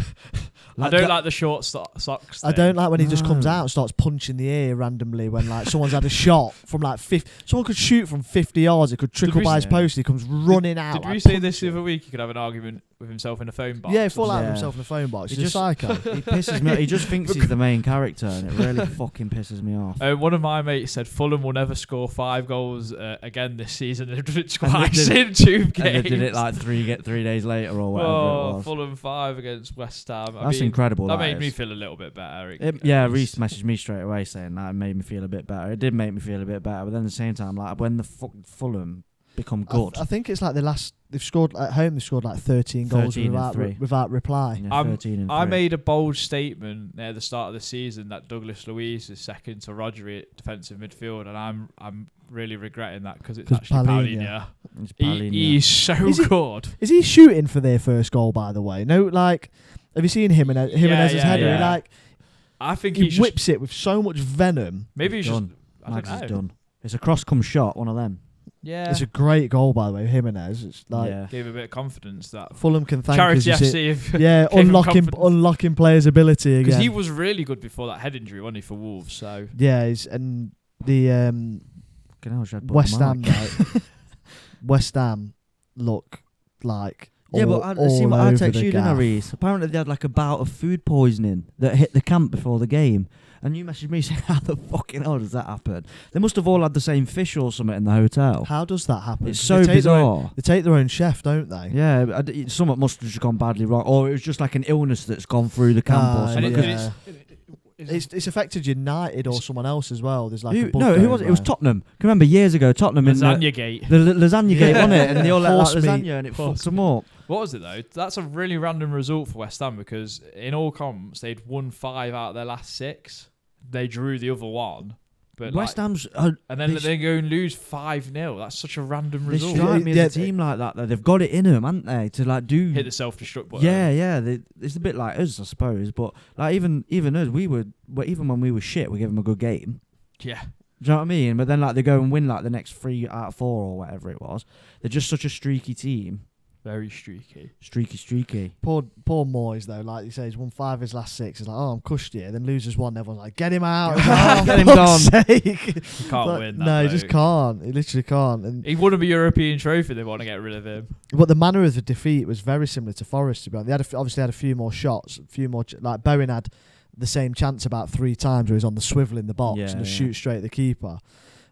S1: I don't
S3: that-
S1: like the short so- socks.
S4: I don't like when he just comes
S3: No.
S4: out and starts punching the air randomly when like someone's had a shot from like fifty. Someone could shoot from fifty yards. It could trickle
S1: we
S4: by
S1: s-
S4: his post. He comes running out.
S1: Did we
S4: like,
S1: say this the
S4: punching.
S1: other week? He could have an argument with himself in a phone box.
S4: Yeah, he fall out of
S3: Yeah.
S4: himself in the phone box.
S3: He
S4: He's
S3: just-
S4: a psycho.
S3: He pisses me. He just thinks he's the main character, and it really fucking pisses me off.
S1: Uh, one of my mates said Fulham will never score five goals uh, again this season. They've done it
S3: And they
S1: twice
S3: did-
S1: in two games.
S3: And they did it like three get three days later or whatever
S1: oh,
S3: it was.
S1: Fulham five against West Ham. I
S3: That's
S1: mean,
S3: incredible.
S1: That made
S3: is.
S1: me feel a little bit better. It-
S3: It, yeah,
S1: it's-
S3: Reese messaged me straight away saying that it made me feel a bit better. It did make me feel a bit better, but then at the same time, like when the fuck Fulham become
S4: I, th-
S3: good,
S4: I think it's like the last. They've scored at home. They've scored like thirteen goals
S3: 13 and
S4: without re-
S3: three.
S4: without reply.
S3: you know,
S1: I'm-
S3: 13 and
S1: I
S3: three.
S1: made a bold statement near the start of the season that Douglas Luiz is second to Rodri at defensive midfield, and I'm I'm really regretting that because it's
S4: 'Cause
S1: actually
S4: Palhinha.
S1: Palinha.
S3: It's
S1: He,
S3: Palhinha.
S1: he's so
S4: Is it-
S1: good.
S4: Is he shooting for their first goal? By the way, no. Like, have you seen him and Jimenez's
S1: yeah,
S4: header? He
S3: yeah.
S4: like
S1: I think
S4: he
S1: he's just,
S4: whips it with so much venom.
S1: maybe he's
S3: He's
S1: just.
S3: done.
S1: I
S3: Mags
S1: don't know.
S3: is done. It's a cross come shot, one of them.
S1: Yeah,
S4: It's a great goal, by the way. Jimenez. It's like
S3: yeah.
S1: gave a bit of confidence that
S4: Fulham can thank us,
S1: charity
S4: you
S1: FC.
S4: see.
S1: If,
S4: Yeah,
S1: Gave him
S4: unlocking
S1: confidence.
S4: unlocking players' ability
S1: Because
S4: again.
S1: he was really good before that head injury, wasn't he, for Wolves? So
S4: yeah, he's, and the um,
S3: Fucking hell, Shad bought the
S4: West Ham
S3: mic.
S4: like, West Ham look like
S3: Yeah,
S4: all,
S3: but I
S4: all
S3: seen what I
S4: over
S3: text
S4: the
S3: you, didn't I,
S4: gaff.
S3: Reese? Apparently they had like a bout of food poisoning that hit the camp before the game. And you messaged me saying, How the fucking hell does that happen? They must have all had the same fish or something in the hotel.
S4: How does that happen?
S3: It's
S4: 'Cause
S3: so
S4: they take their own-
S3: bizarre.
S4: they take their own chef, don't they?
S3: Yeah, I d- something must have just gone badly wrong, or it was just like an illness that's gone through the camp
S4: Ah,
S3: or
S1: And
S3: something.
S1: it,
S4: yeah.
S1: and it's, it- it-
S4: It's it's affected United or someone else as well. There's like
S3: Who-
S4: a bug
S3: no, who
S4: going
S3: was it? It was
S4: round.
S3: Tottenham. Can you remember years ago, Tottenham in the,
S1: lasagna gate.
S3: the l- lasagna game
S4: Yeah.
S3: on it, and they all let out
S4: Horse meat.
S3: lasagna, and it
S1: Horse
S3: fucked them up.
S1: What was it though? That's a really random result for West Ham because in all comps they'd won five out of their last six. They drew the other one, but
S3: West
S1: like,
S3: Ham's uh,
S1: and then
S3: they
S1: they,
S3: sh-
S1: go and lose five 0 That's such a random
S3: they
S1: result.
S3: strike me as
S4: Yeah,
S3: a team like that. Though they've got it in them, haven't they? To like do
S1: Hit the self destruct button.
S3: Yeah, yeah. They, it's a bit like us, I suppose. But like even even us, we were well, even when we were shit, we gave them a good game.
S1: yeah.
S3: Do you know what I mean? But then like they go and win like the next three out of four or whatever it was. They're just such a streaky team,
S1: Very streaky.
S3: streaky, streaky.
S4: Poor poor Moyes though, like you say, he's won five of his last six. He's like, oh, I'm cushed here. Then loses one. Everyone's like, get him out,
S3: Get him
S4: fuck's sake.
S1: You can't
S4: Like,
S1: win. That
S4: no, he
S1: bloke.
S4: just can't. He literally can't. And
S1: He won a European trophy. They want to get rid of him.
S4: But the manner of the defeat was very similar to Forest. To be honest, they had a f obviously had a few more shots, a few more ch- like Bowen had the same chance about three times where he's on the swivel in the box
S3: Yeah,
S4: and a
S3: yeah.
S4: shoot straight at the keeper.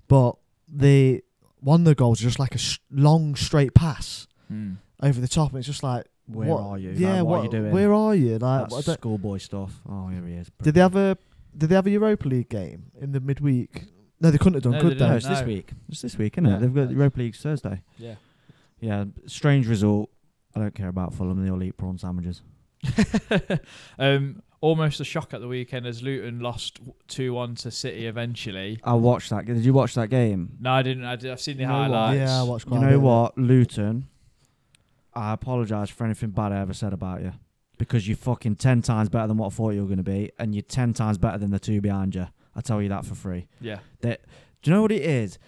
S4: But the one of the goals was just like a s long straight pass over the top, and it's just like,
S3: Where
S4: what-
S3: are you? Like,
S4: Yeah,
S3: Hmm. what are you doing?
S4: Where are you? Like,
S3: That's
S4: I don't-
S3: schoolboy stuff. Oh, here he is.
S4: did they have a did they have a Europa League game in the midweek? No, they couldn't have done,
S1: No,
S4: could
S1: they
S4: they?
S3: No,
S1: No,
S3: it's this
S1: no.
S3: week. It's this week, isn't
S1: Yeah.
S3: it? They've got the Europa League Thursday.
S1: Yeah.
S3: Yeah, strange result. I don't care about Fulham. They'll eat prawn sandwiches.
S1: um, almost a shock at the weekend as Luton lost two one to City eventually.
S3: I watched that. Did you watch that game?
S1: No, I didn't. I did, I've seen the
S3: You know what?
S1: highlights.
S4: Yeah, I watched quite
S3: you
S4: a bit
S3: know
S4: of it.
S3: what, Luton? I apologise for anything bad I ever said about you because you're fucking ten times better than what I thought you were going to be, and you're ten times better than the two behind you. I tell you that for free.
S1: Yeah.
S3: Do you know what it is?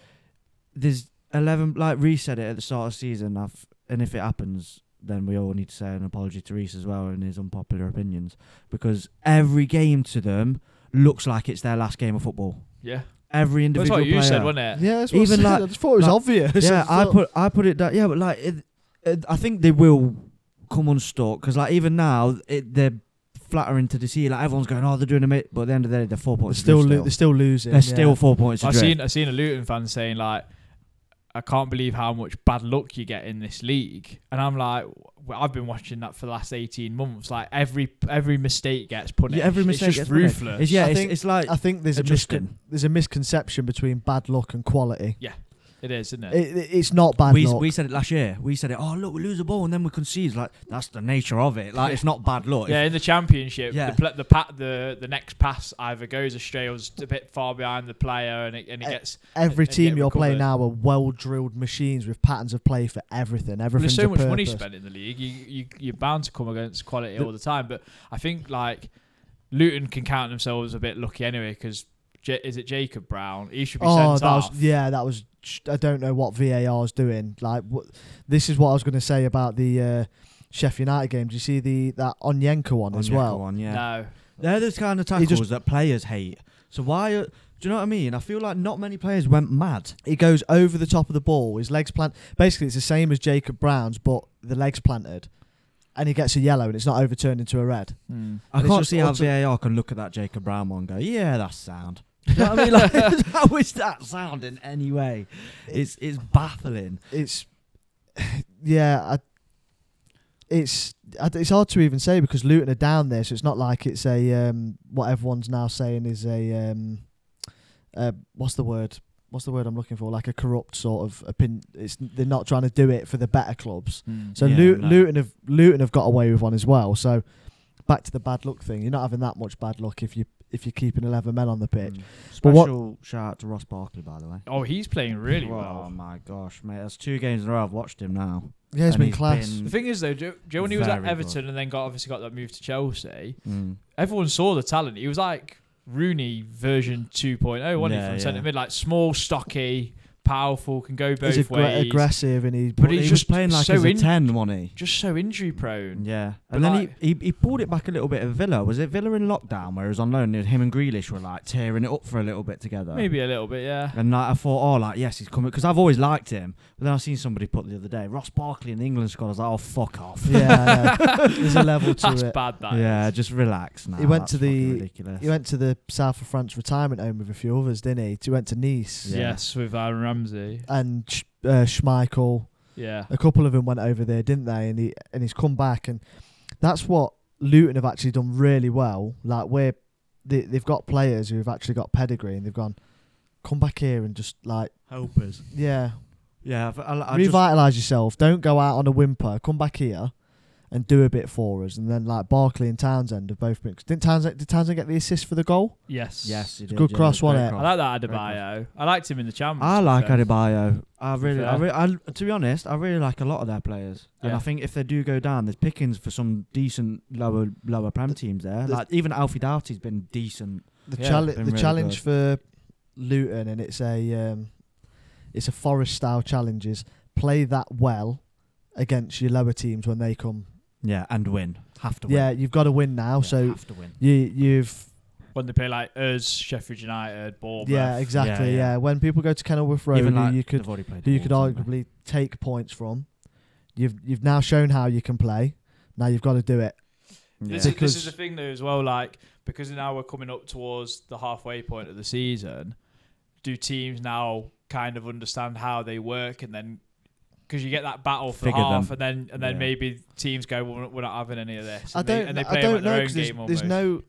S3: There's eleven. Like Reece said it at the start of the season. I've, and if it happens, then we all need to say an apology to Reese as well and his unpopular opinions because every game to them looks like it's their last game of football.
S1: Yeah.
S3: Every
S1: That's
S3: individual
S1: what you
S3: player.
S1: said, wasn't it?
S4: Yeah, that's what I
S3: Even
S4: said.
S3: like-
S4: I just thought it was
S3: like-
S4: obvious.
S3: yeah,
S4: just
S3: I
S4: thought-
S3: put I put it down. Yeah, but like, it, it, I think they will come unstuck because like even now it, they're flattering to the sea. Like everyone's going, oh, they're doing a bit, but at the end of the day, they're four
S4: They're
S3: points.
S4: still,
S3: adrift
S4: lo- they're still losing.
S3: they're
S4: yeah.
S3: still four points.
S1: I
S3: adrift.
S1: seen I seen a Luton fan saying like, I can't believe how much bad luck you get in this league, and I'm like, well, I've been watching that for the last eighteen months. Like every every mistake gets punished.
S3: Yeah, every mistake
S1: it's just
S3: gets punished.
S1: ruthless.
S3: It's, yeah,
S4: I
S3: it's,
S4: think-
S3: it's like
S4: I think there's a
S3: adjusting.
S4: miscon- there's a misconception between bad luck and quality.
S1: It is, isn't it?
S4: It, it- it's not bad
S3: we,
S4: luck.
S3: we said it last year. We said it. Oh look, we lose the ball and then we concede. Like that's the nature of it. Like it's not bad luck.
S1: yeah, in the championship,
S3: Yeah.
S1: the, pla the, pa- the the next pass either goes astray or is a bit far behind the player, and it, and it
S4: Eh,
S1: gets.
S4: Every
S1: and get
S4: team you're playing
S1: recovered.
S4: now are well drilled machines with patterns of play for everything.
S1: Well,
S4: Everything's
S1: there's so
S4: a
S1: much money
S4: purpose.
S1: spent in the league. You, you you're bound to come against quality
S4: The-
S1: all the time. But I think like Luton can count themselves a bit lucky anyway because J- is it Jacob Brown? He should be
S4: Oh,
S1: sent
S4: that was
S1: off.
S4: yeah, that was. sh- I don't know what VAR's doing. Like, wh- this is what I was going to say about the uh, Sheffield United game. Do you see the that Onyenka one as well?
S3: One, yeah.
S1: No,
S3: They're those kind of
S4: He
S3: tackles
S4: just-
S3: that players hate. So why? Are, do you know what I mean? I feel like not many players went mad.
S4: He goes over the top of the ball. His legs plant. Basically, it's the same as Jacob Brown's, but the legs planted, and he gets a yellow, and it's not overturned into a red.
S3: I
S4: It's
S3: can't
S4: just
S3: see how
S4: utter-
S3: VAR can look at that Jacob Brown one and go, yeah, that's sound. Do you know what I mean? Like, how is that sound in any way? It's it's baffling.
S4: it's yeah I, it's I- it's hard to even say because Luton are down there so it's not like it's a um what everyone's now saying is a um uh what's the word what's the word I'm looking for like a corrupt sort of opinion it's they're not trying to do it for the better clubs so
S3: Yeah,
S4: Lu-
S3: no.
S4: Luton have Luton have got away with one as well so back to the bad luck thing you're not having that much bad luck if you if you're keeping 11 men on the pitch
S3: Mm.
S4: But what-
S3: Special shout out to Ross Barkley, by the way.
S1: Oh, he's playing really
S3: oh
S1: well.
S3: my gosh, mate. That's two games in a row I've watched him now.
S4: yeah it's
S3: And
S4: been
S3: he's
S4: class
S1: The thing is though, Joe, Joe when he was at
S3: Very
S1: Everton and then got obviously got that move to Chelsea,
S3: Mm.
S1: everyone saw the talent. He was like Rooney version 2.0, wasn't
S3: Yeah,
S1: he, from
S3: yeah.
S1: centre mid, like small, stocky, powerful, can go both
S4: he's aggr-
S1: ways.
S4: aggressive and he.
S1: But
S3: he
S1: he's
S3: was
S1: just
S3: playing like
S1: so
S3: he's a
S1: in-
S3: ten, wasn't he?
S1: Just so injury prone.
S3: Yeah,
S1: But
S3: and then
S1: like-
S3: he, he he pulled it back a little bit at Villa. Was it Villa in lockdown where he was on loan? and Him and Grealish were like tearing it up for a little bit together.
S1: Maybe a little bit, yeah.
S3: And like, I thought, oh, like yes, he's coming because I've always liked him. But then I seen somebody put the other day Ross Barkley in the England squad. I was like, oh, fuck off.
S4: Yeah, yeah. there's a level to
S1: That's
S4: it.
S1: bad, that
S3: yeah,
S1: is.
S3: just relax now.
S4: He went to
S3: That's fucking
S4: the-
S3: ridiculous.
S4: He went to the south of France retirement home with a few others, didn't he? He went to Nice
S3: Yeah.
S1: Yes, with Aaron Ramsey.
S4: and Sch- uh, Schmeichel.
S1: Yeah.
S4: A couple of them went over there, didn't they? And he and he's come back, and that's what Luton have actually done really well. Like where they, they've got players who've actually got pedigree, and they've gone come back here and just like
S3: helpers.
S4: yeah,
S3: Yeah, I, I, I just,
S4: revitalize yourself. Don't go out on a whimper. Come back here and do a bit for us. And then like Barkley and Townsend have both been. Didn't Townsend did Townsend get the assist for the goal?
S1: Yes.
S3: yes, he
S4: It's a
S3: did,
S4: good
S3: yeah,
S4: cross,
S3: great
S4: wasn't it?
S1: I
S3: cross.
S1: like that
S3: Great cross.
S1: Adebayo. I liked him in the champs.
S3: I like
S1: Adebayo.
S3: Adebayo. I really, I,
S1: fair.
S3: re- I, to be honest, I really like a lot of their players, and
S1: Yeah.
S3: I think if they do go down, there's pickings for some decent lower lower prem teams there.
S4: there's-
S3: Like even Alfie Doughty's been decent.
S4: The
S1: Yeah,
S4: challenge
S3: been
S4: the
S3: really
S4: challenge for Luton, and it's a um, it's a Forest style challenge. Is play that well against your lower teams when they come.
S3: Yeah, and win. Have to win.
S4: Yeah, you've got to win now.
S3: Yeah,
S4: so
S3: have to win.
S4: you you've
S1: When they play like us, Sheffield United, Bournemouth.
S4: yeah exactly
S3: yeah.
S4: yeah, When people go to Kenilworth Road,
S3: Even
S4: who
S3: like
S4: you could
S3: they've already played
S4: who you
S3: Wolves,
S4: could
S3: haven't they?
S4: arguably take points from. You've you've now shown how you can play. Now you've got to do it.
S3: Yeah.
S1: This, is, this
S4: Because-
S1: is the thing though as well, like because now we're coming up towards the halfway point of the season, do teams now kind of understand how they work and then because you get that battle for
S3: Figure
S1: half
S3: them.
S1: and then and then
S3: Yeah.
S1: maybe teams go well, we're not having any of this. And
S4: I don't
S1: they, and they
S4: kn-
S1: play
S4: I
S1: them
S4: don't
S1: at their
S4: know
S1: own
S4: 'cause there's,
S1: game
S4: there's
S1: almost.
S4: no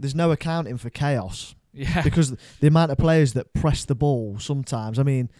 S4: there's no accounting for chaos
S1: yeah
S4: because the amount of players that press the ball sometimes. I mean,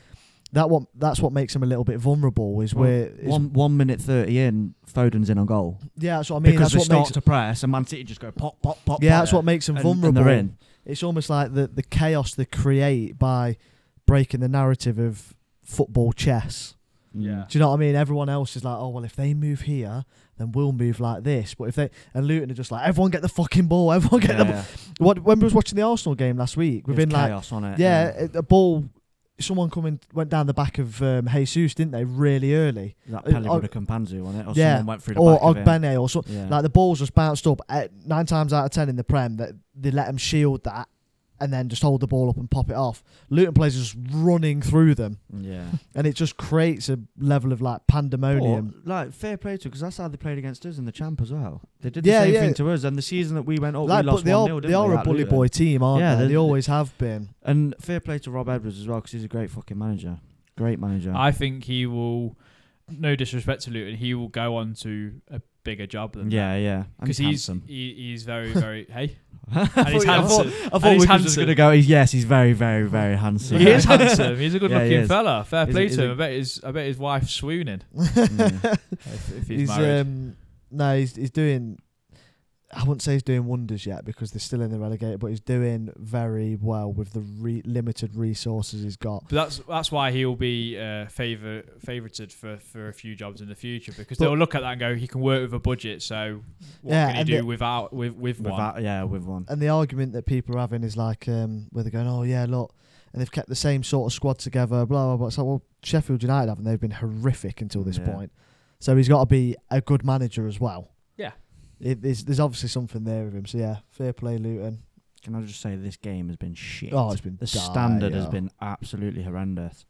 S4: that what that's what makes them a little bit vulnerable is
S3: Well,
S4: where is-
S3: One one minute thirty in, Foden's in on goal.
S4: yeah that's what I mean. That's
S3: because they
S4: what
S3: start
S4: makes
S3: to press, and Man City just go pop, pop, pop.
S4: yeah
S3: pop,
S4: that's what makes them
S3: and,
S4: vulnerable.
S3: And they're in.
S4: It's almost like the the chaos they create by breaking the narrative of football chess.
S3: Mm.
S1: Yeah.
S4: Do you know what I mean? Everyone else is like, oh well, if they move here, then we'll move like this. But if they and Luton are just like, everyone get the fucking ball, everyone get the ball.
S3: Yeah.
S4: What when we was watching the Arsenal game last week,
S3: There's
S4: within like
S3: chaos on it.
S4: yeah, a- a ball. Someone coming went down the back of um, Jesus, didn't they? Really early,
S3: that
S4: Uh,
S3: Pelly
S4: Og-
S3: would have Kampanzu on it, or
S4: Yeah,
S3: someone went through the
S4: or
S3: back of him.
S4: Ogbene or something.
S3: Yeah.
S4: Like the balls just bounced up at nine times out of ten in the Prem that they let them shield that and then just hold the ball up and pop it off. Luton players just running through them,
S3: yeah.
S4: and it just creates a level of like pandemonium.
S3: But, like fair play to because that's how they played against us in the champ as well. They did
S4: Yeah,
S3: the same
S4: yeah.
S3: thing to us, and the season that Oh, we went up,
S4: like,
S3: we
S4: but
S3: lost
S4: they
S3: one
S4: are,
S3: 0
S4: they are a bully boy team, aren't
S3: Yeah,
S4: they?
S3: they-
S4: They, always have been.
S3: And fair play to Rob Edwards as well because he's a great fucking manager, great manager.
S1: I think he will no disrespect to Luton, he will go on to a bigger job than
S3: yeah, yeah,
S1: because
S3: And
S1: he's
S3: handsome.
S1: he, he's very very hey
S3: I
S1: and he's
S3: thought- I thought-
S1: handsome.
S3: I
S1: And
S3: thought we
S1: he's
S3: were just
S1: handsome.
S3: gonna go. He's, yes, he's very, very, very handsome.
S1: He is handsome. He's a good
S3: Yeah, he
S1: looking
S3: is.
S1: fella. Fair
S3: He's a-
S1: play
S3: he's
S1: to
S3: a-
S1: him. I bet his I bet his wife's swooning
S3: Yeah.
S1: if, if he's,
S4: he's
S1: married.
S4: um, no, he's he's doing. I wouldn't say he's doing wonders yet because they're still in the relegated, but he's doing very well with the re- limited resources he's got.
S1: But that's that's why he'll be uh, favor favorited for, for a few jobs in the future because
S4: But-
S1: they'll look at that and go, he can work with a budget. So what
S4: Yeah,
S1: can he
S4: and
S1: do
S4: the-
S1: without with with
S3: with
S1: one?
S3: that, yeah, with one.
S4: And the argument that people are having is like, um, where they're going, oh yeah, look, and they've kept the same sort of squad together, blah blah blah. It's like, well, Sheffield United haven't. They've been horrific until this
S3: Yeah.
S4: point, so he's got to be a good manager as well.
S1: Yeah.
S4: It, there's, there's obviously something there with him. So yeah, fair play, Luton.
S3: Can I just say this game has been shit?
S4: Oh, it's been
S3: the
S4: dire,
S3: standard has
S4: yeah.
S3: been absolutely horrendous.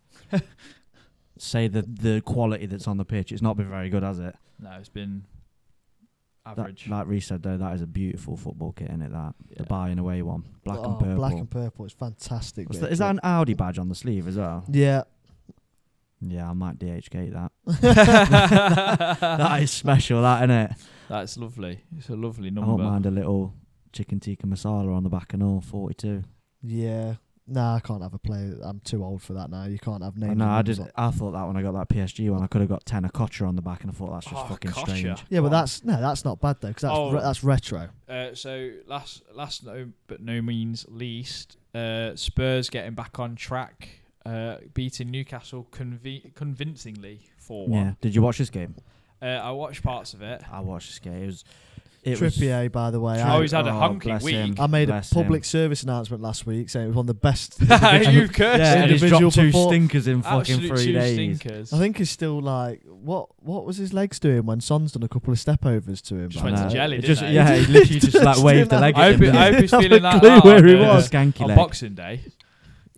S3: say the the quality that's on the pitch, it's not been very good, has it?
S1: No, it's been
S3: That-
S1: average.
S3: like Reece said though, that is a beautiful football kit, isn't it? That the
S1: Yeah.
S3: buying away one, black
S4: Oh,
S3: and purple.
S4: Black and purple is fantastic.
S3: What's
S4: bit
S3: that-
S4: of
S3: is that
S4: kit.
S3: an Audi badge on the sleeve as well?
S4: Yeah.
S3: Yeah, I might DHgate that.
S1: that
S3: that is Oh, special, that isn't it?
S1: that's lovely. It's a lovely
S3: I won't
S1: number.
S3: mind a little chicken tikka masala on the back and all forty-two.
S4: Yeah. Nah, I can't have a play. I'm too old for that now. You can't have names.
S3: I
S4: and
S3: know. I
S4: numbers
S3: just
S4: on-
S3: I thought that when I got that PSG one, I could have got ten of Kocha on the back, and I thought that's just
S1: Oh,
S3: fucking
S1: Kocha.
S3: strange.
S4: Yeah, but that's no, that's not bad though, because that's
S1: Oh.
S4: re- that's retro.
S1: Uh, so last last no but no means least, uh, Spurs getting back on track, uh, beating Newcastle conve- convincingly four
S3: Yeah.
S1: one.
S3: Did you watch this game?
S1: Uh, I watched parts of it.
S3: I watched this game. It was It was-
S4: Trippier, by the way.
S1: Oh,
S4: I,
S1: he's had a
S3: Oh,
S1: hunky
S3: bless
S1: week.
S3: him.
S4: I made a
S3: Bless him.
S4: public service announcement last week saying it was one of the best.
S1: you
S4: individual-
S1: cursed
S3: Yeah,
S1: him.
S3: and he's
S4: Individual
S3: dropped two
S4: perfor-
S3: stinkers in fucking
S1: Absolute
S3: three
S1: two
S3: days.
S1: stinkers.
S4: I think he's still like what? What was his legs doing when Son's done a couple of step overs to him?
S1: Just
S3: I
S1: went to
S3: know.
S1: jelly,
S3: It
S1: didn't
S3: just,
S1: they?
S3: Yeah, he literally just like
S4: Just
S3: waved
S4: did
S3: the leg
S1: I
S3: at
S1: hope,
S3: him.
S1: he- I
S3: didn't
S1: hope he's
S4: Have a
S1: feeling that
S4: clue
S1: out
S4: where he
S1: on,
S3: he?
S1: uh,
S4: was.
S3: With a skanky
S1: on
S3: leg.
S1: Boxing Day.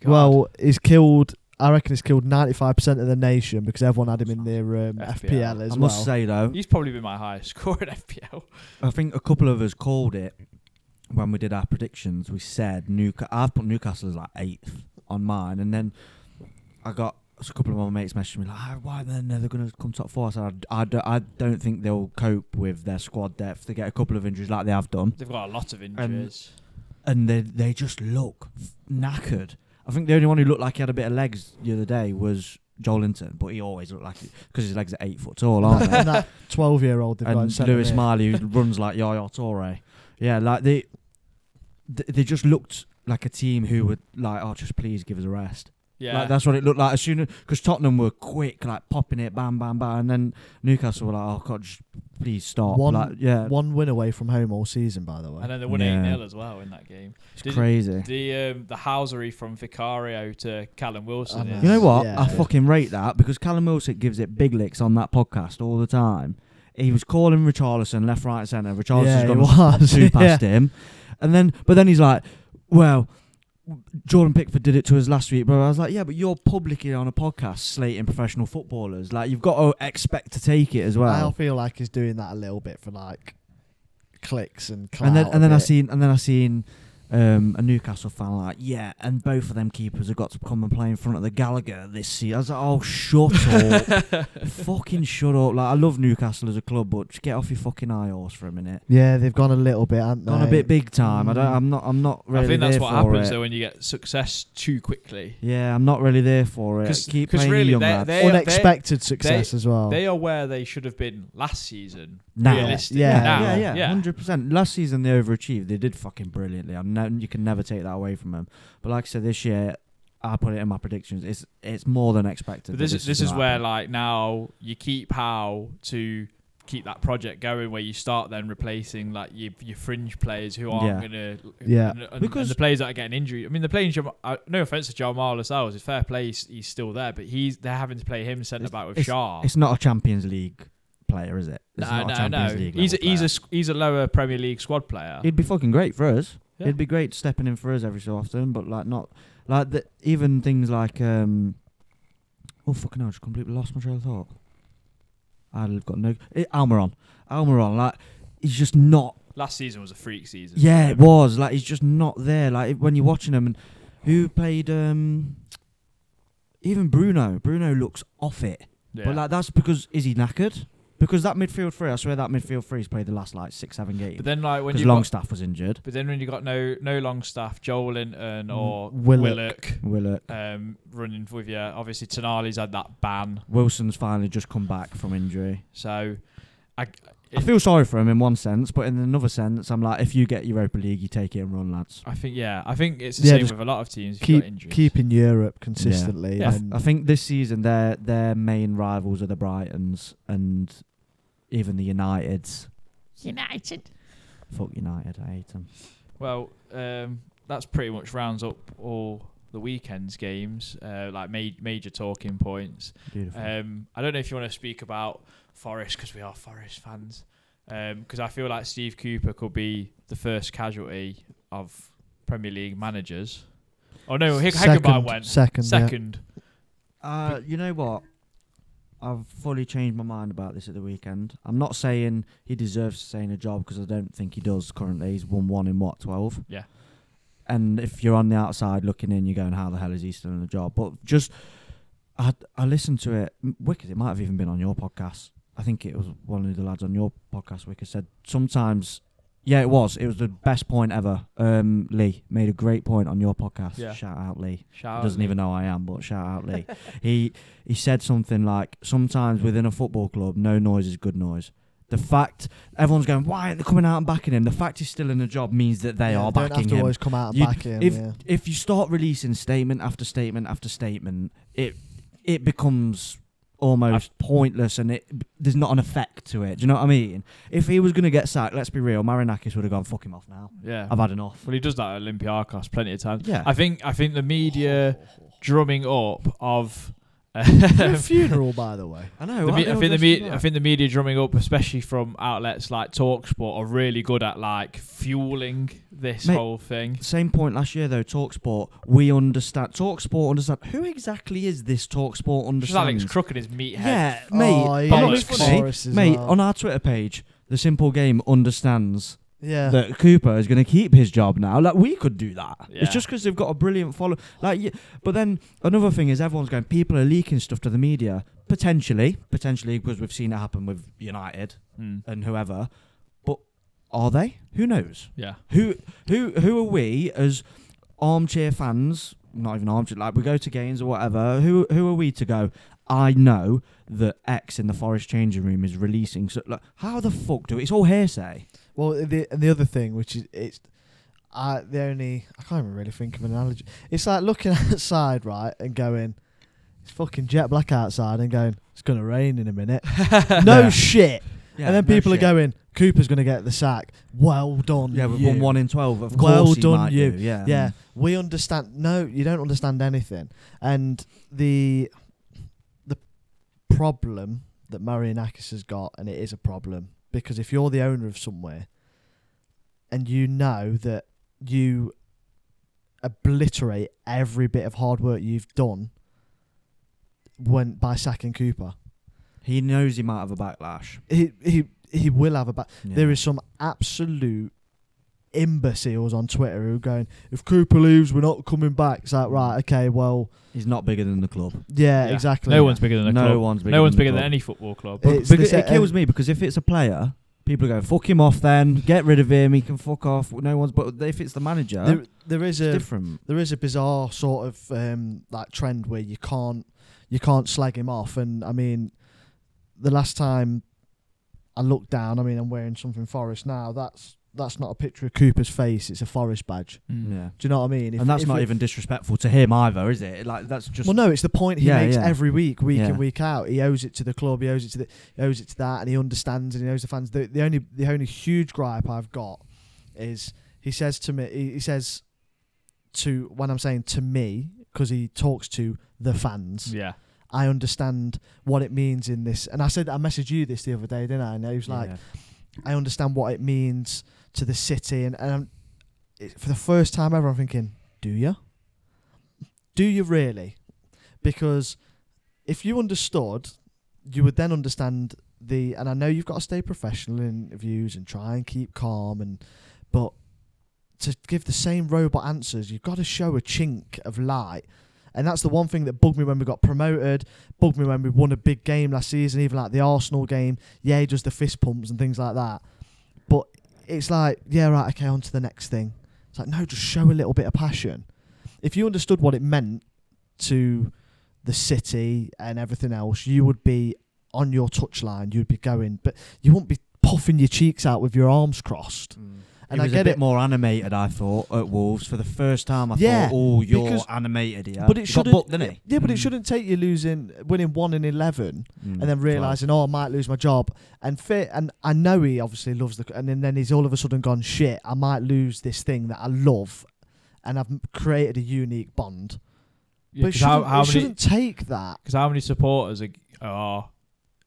S1: God.
S4: Well, he's killed. I reckon he's killed ninety-five percent of the nation because everyone had him in their um,
S1: FPL.
S4: FPL as
S3: I
S4: well.
S3: must say though,
S1: he's probably been my highest scorer in FPL.
S3: I think a couple of us called it when we did our predictions. We said Newcastle. I've put Newcastle as like eighth on mine, and then I got a couple of my mates messaging me like, "Ah, "Why are they never going to come top four? I said, I, I, don't, I don't think they'll cope with their squad depth. They get a couple of injuries like they have done,
S1: They've got a lot of injuries.
S3: and they they just look knackered. I think the only one who looked like he had a bit of legs the other day was Joel Linton, but he always looked like because his legs are eight foot tall, aren't they?
S4: and that twelve-year-old they've got in
S3: and
S4: centre
S3: Lewis
S4: mid.
S3: Marley who runs like Yaya Toure. Yeah, like they, th- they just looked like a team who would like, oh, just please give us a rest.
S1: yeah.
S3: Like that's what it looked like as soon as because Tottenham were quick, like popping it, bam, bam, bam, and then Newcastle were like, oh God, just please stop.
S4: One-
S3: like,
S1: Uh,
S3: yeah,
S4: One win away from home all season, by the way.
S1: and then they won 8
S3: Yeah.
S1: 0 as well in that game.
S3: it's
S1: did-
S3: crazy.
S1: The um, the housery from Vicario to Callum Wilson.
S4: I
S1: is-
S4: know.
S3: Oh, you know what?
S4: Yeah.
S3: I fucking rate that because Callum Wilson gives it big licks on that podcast all the time. He was calling Richarlison left, right, centre. Richarlison's
S4: yeah,
S3: gone
S4: he was.
S3: two
S4: yeah.
S3: past him, and then but then he's like, well, Jordan Pickford did it to us last week, but I was like, yeah, but you're publicly on a podcast slating professional footballers, like you've got to expect to take it as
S4: I
S3: well.
S4: feel like he's doing that a little bit for like clicks and clout
S3: And then
S4: a
S3: and then I
S4: bit.
S3: seen and then I seen. Um, a Newcastle fan like yeah, and both of them keepers have got to come and play in front of the Gallagher this season. I was like, oh shut up, fucking shut up! Like I love Newcastle as a club, but just get off your fucking high horse for a minute.
S4: Yeah, they've gone a little bit, haven't they?
S3: Gone a bit big time. I don't.
S4: Mm.
S3: I'm not. I'm not really.
S1: I think that's
S3: there
S1: what
S3: for
S1: happens
S3: it.
S1: though when you get success too quickly.
S3: Yeah, I'm not really there for it.
S1: 'Cause-
S3: Keep
S1: 'cause
S3: playing
S1: really
S3: your young
S1: they're-
S3: lads.
S1: they're-
S4: Unexpected success as well.
S1: They are where they should have been last season.
S3: Oh. Now.
S1: Realistically,
S4: Yeah,
S1: now.
S3: yeah, yeah, hundred percent. Last season they overachieved. They did fucking brilliantly. I'm no, you can never take that away from them. But like I said, this year I put it in my predictions. It's it's more than expected.
S1: But
S3: that
S1: this is this is
S3: gonna
S1: where
S3: happen.
S1: like now you keep how to keep that project going where you start then replacing like your, your fringe players who aren't
S3: Yeah.
S1: gonna
S4: Yeah.
S1: and, and,
S3: Because-
S1: and the players that are getting injured. I mean the playing Jam- uh, no offense to Jamal Lascelles, his fair play he's, he's still there, but he's they're having to play him centre back with Shaw.
S3: it's not a Champions League player, is it? It's
S1: no,
S3: not
S1: no,
S3: a
S1: no.
S3: Champions League
S1: He's a,
S3: level
S1: he's a
S3: player.
S1: squ- he's a lower Premier League squad player.
S3: He'd be fucking great for us.
S1: Yeah.
S3: It'd be great stepping in for us every so often, but like not like the, even things like um oh fucking hell, I just completely lost my trail of thought. I've got no eh, Almiron, Almiron, like he's just not.
S1: Last season was a freak season.
S3: Yeah, it was like he's just not there. Like when you're watching him, and who played um even Bruno, Bruno looks off it.
S1: Yeah.
S3: But like that's because is he knackered? Because that midfield three, I swear that midfield three's played the last like six, seven games.
S1: But then like when
S3: Because
S1: you got,
S3: Longstaff was injured.
S1: but then when you got no no long staff, Joel Linton
S3: Mm,
S1: or
S4: Willock.
S1: Willock
S3: Willock.
S1: um, running with you. Obviously, Tonali's had that ban,
S3: Wilson's finally just come back from injury.
S1: so I,
S3: I feel sorry for him in one sense, but in another sense, I'm like, if you get Europa League, you take it and run, lads.
S1: I think yeah, I think it's the
S4: Yeah,
S1: same
S4: just
S1: with a lot of teams. If you've got
S4: keep
S1: injuries.
S4: keeping Europe consistently.
S1: Yeah.
S4: and
S3: I think this season their their main rivals are the Brightons and even the Uniteds.
S5: United.
S3: Fuck United, I hate them.
S1: well, um, that's pretty much rounds up all the weekend's games, uh, like ma- major talking points.
S3: Beautiful.
S1: Um, I don't know if you want to speak about Forest because we are Forest fans. Because I feel like Steve Cooper could be the first casualty of Premier League managers. Oh no, Hick- Heckerby
S4: second,
S1: went second.
S4: second, yeah.
S3: Uh, you know what? I've fully changed my mind about this at the weekend. I'm not saying he deserves to stay in a job because I don't think he does currently. He's won one in what twelve.
S1: Yeah.
S3: And if you're on the outside looking in, you're going, "How the hell is he still in a job?" But just, I I listened to it. M- Wicked. It might have even been on your podcast. I think it was one of the lads on your podcast. Wicked said sometimes. Yeah, it was. It was the best point ever. Um, Lee made a great point on your podcast.
S1: Yeah.
S3: Shout out, Lee
S1: Shout out
S3: doesn't
S1: Lee.
S3: even know I am, but shout out Lee. he he said something like, "Sometimes within a football club, no noise is good noise." The fact everyone's going, "Why aren't they coming out and backing him?" The fact he's still in a job means that they
S4: Yeah,
S3: are
S4: don't
S3: backing
S4: have to
S3: him.
S4: always come out and
S3: You-
S4: back him.
S3: if
S4: yeah.
S3: if you start releasing statement after statement after statement, it it becomes almost pointless and it there's not an effect to it. Do you know what I mean? If he was going to get sacked, let's be real, Marinakis would have gone, fuck him off now.
S1: Yeah.
S3: I've had enough.
S1: well, he does that at Olympiacos plenty of times.
S3: Yeah.
S1: I think I think the media drumming up of
S4: Your funeral, by the way.
S3: I
S1: The
S3: know. why
S1: me-
S3: they
S1: I
S3: all
S1: think the
S3: dressed
S1: me-
S3: in
S1: I
S3: black?
S1: think the media drumming up, especially from outlets like Talksport, are really good at like fueling this
S3: Mate,
S1: whole thing.
S3: Same point last year though. Talksport, we understand. Talksport understand. Who exactly is this Talksport
S1: Just
S3: understand?
S1: Alex Crook and his meathead.
S3: yeah, mate.
S4: oh,
S3: I'm
S4: yeah,
S3: not
S1: Alex Crook.
S3: being funny.
S4: Morris as
S3: Mate,
S4: well.
S3: on our Twitter page, the simple game understands
S4: yeah.
S3: that Cooper is going to keep his job now. Like we could do that.
S1: Yeah.
S3: It's just because they've got a brilliant follow. Like, y- but then another thing is everyone's going. People are leaking stuff to the media potentially, potentially because we've seen it happen with United
S1: Mm.
S3: and whoever. But are they? Who knows?
S1: Yeah.
S3: Who who who are we as armchair fans? Not even armchair. Like we go to games or whatever. Who who are we to go? I know that X in the Forest changing room is releasing. So like, how the fuck do it's all hearsay?
S4: Well, the, and the other thing, which is it's uh, the only I can't even really think of an analogy. It's like looking outside, right, and going, "It's fucking jet black outside," and going, "It's gonna rain in a minute." no
S3: Yeah.
S4: shit.
S3: Yeah,
S4: and then
S3: no
S4: people
S3: shit.
S4: are going, "Cooper's gonna get the sack." Well done.
S3: Yeah, we've
S4: you.
S3: won one in twelve. Of
S4: Well
S3: course, he
S4: done,
S3: might
S4: you.
S3: do, Yeah,
S4: Yeah, we understand. No, you don't understand anything. And the the problem that Marianakis has got, and it is a problem, because if you're the owner of somewhere, and you know that you obliterate every bit of hard work you've done when by sacking Cooper,
S3: he knows he might have a backlash.
S4: he he he will have a back.
S3: Yeah.
S4: There is some absolute imbeciles on Twitter who are going, if Cooper leaves, we're not coming back. It's like, right, okay, well,
S3: He's not bigger than the club.
S4: yeah,
S1: Yeah.
S4: exactly.
S1: No one's bigger than a
S3: no
S1: club.
S3: one's bigger.
S1: no one's
S3: than the
S1: bigger
S3: club.
S1: than any football club.
S4: It-
S3: But
S4: It's the
S3: because it
S4: set-
S3: kills me because if it's a player, people go fuck him off. Then get rid of him. He can fuck off. No one's. But if it's the manager,
S4: There, there is
S3: it's
S4: a
S3: different.
S4: there is a bizarre sort of um, like trend where you can't you can't slag him off. And I mean, the last time I looked down, I mean, I'm wearing something Forest now. That's that's not a picture of Cooper's face. It's a Forest badge.
S1: Mm.
S3: Yeah,
S4: Do you know what I mean? If-
S3: and that's
S4: if
S3: not
S4: it-
S3: even disrespectful to him either, is it? Like that's just.
S4: Well, no, it's the point he
S3: Yeah,
S4: makes
S3: yeah.
S4: every week, week
S3: Yeah.
S4: in week out. He owes it to the club. He owes it to the, he owes it to that, and he understands and he knows the fans. The, the only the only huge gripe I've got is he says to me, he, he says to when I'm saying to me because he talks to the fans.
S1: Yeah.
S4: I understand what it means in this, and I said I messaged you this the other day, didn't I? And he was like,
S3: Yeah.
S4: I understand what it means to the city, and, and I'm, it, for the first time ever, I'm thinking, do you? Do you really? Because if you understood, you would then understand the. And I know you've got to stay professional in interviews and try and keep calm, and but to give the same robot answers, you've got to show a chink of light. And that's the one thing that bugged me when we got promoted, bugged me when we won a big game last season, even like the Arsenal game. Yeah, he does the fist pumps and things like that. But it's like, yeah, right, okay, on to the next thing. It's like, no, just show a little bit of passion. If you understood what it meant to the city and everything else, you would be on your touchline, you'd be going, but you wouldn't be puffing your cheeks out with your arms crossed.
S3: And
S4: And
S3: Mm. he
S4: I
S3: was
S4: get
S3: a bit
S4: it.
S3: more animated. I thought at Wolves for the first time. I
S4: Yeah,
S3: thought, oh, you're
S4: because-
S3: animated here.
S4: But it
S3: He got
S4: shouldn't.
S3: booked, didn't he?
S4: Yeah, but it
S1: Mm.
S4: shouldn't take you losing, winning one in eleven,
S1: Hmm,
S3: Mm.
S4: and then realizing, oh, I might lose my job. And fit, and I know he obviously loves the, and then, then he's all of a sudden gone shit. I might lose this thing that I love, and I've m- created a unique bond. but it,
S1: Because how,
S4: shouldn't,
S1: how
S4: it
S1: many?
S4: shouldn't take that.
S1: Because how many supporters are? are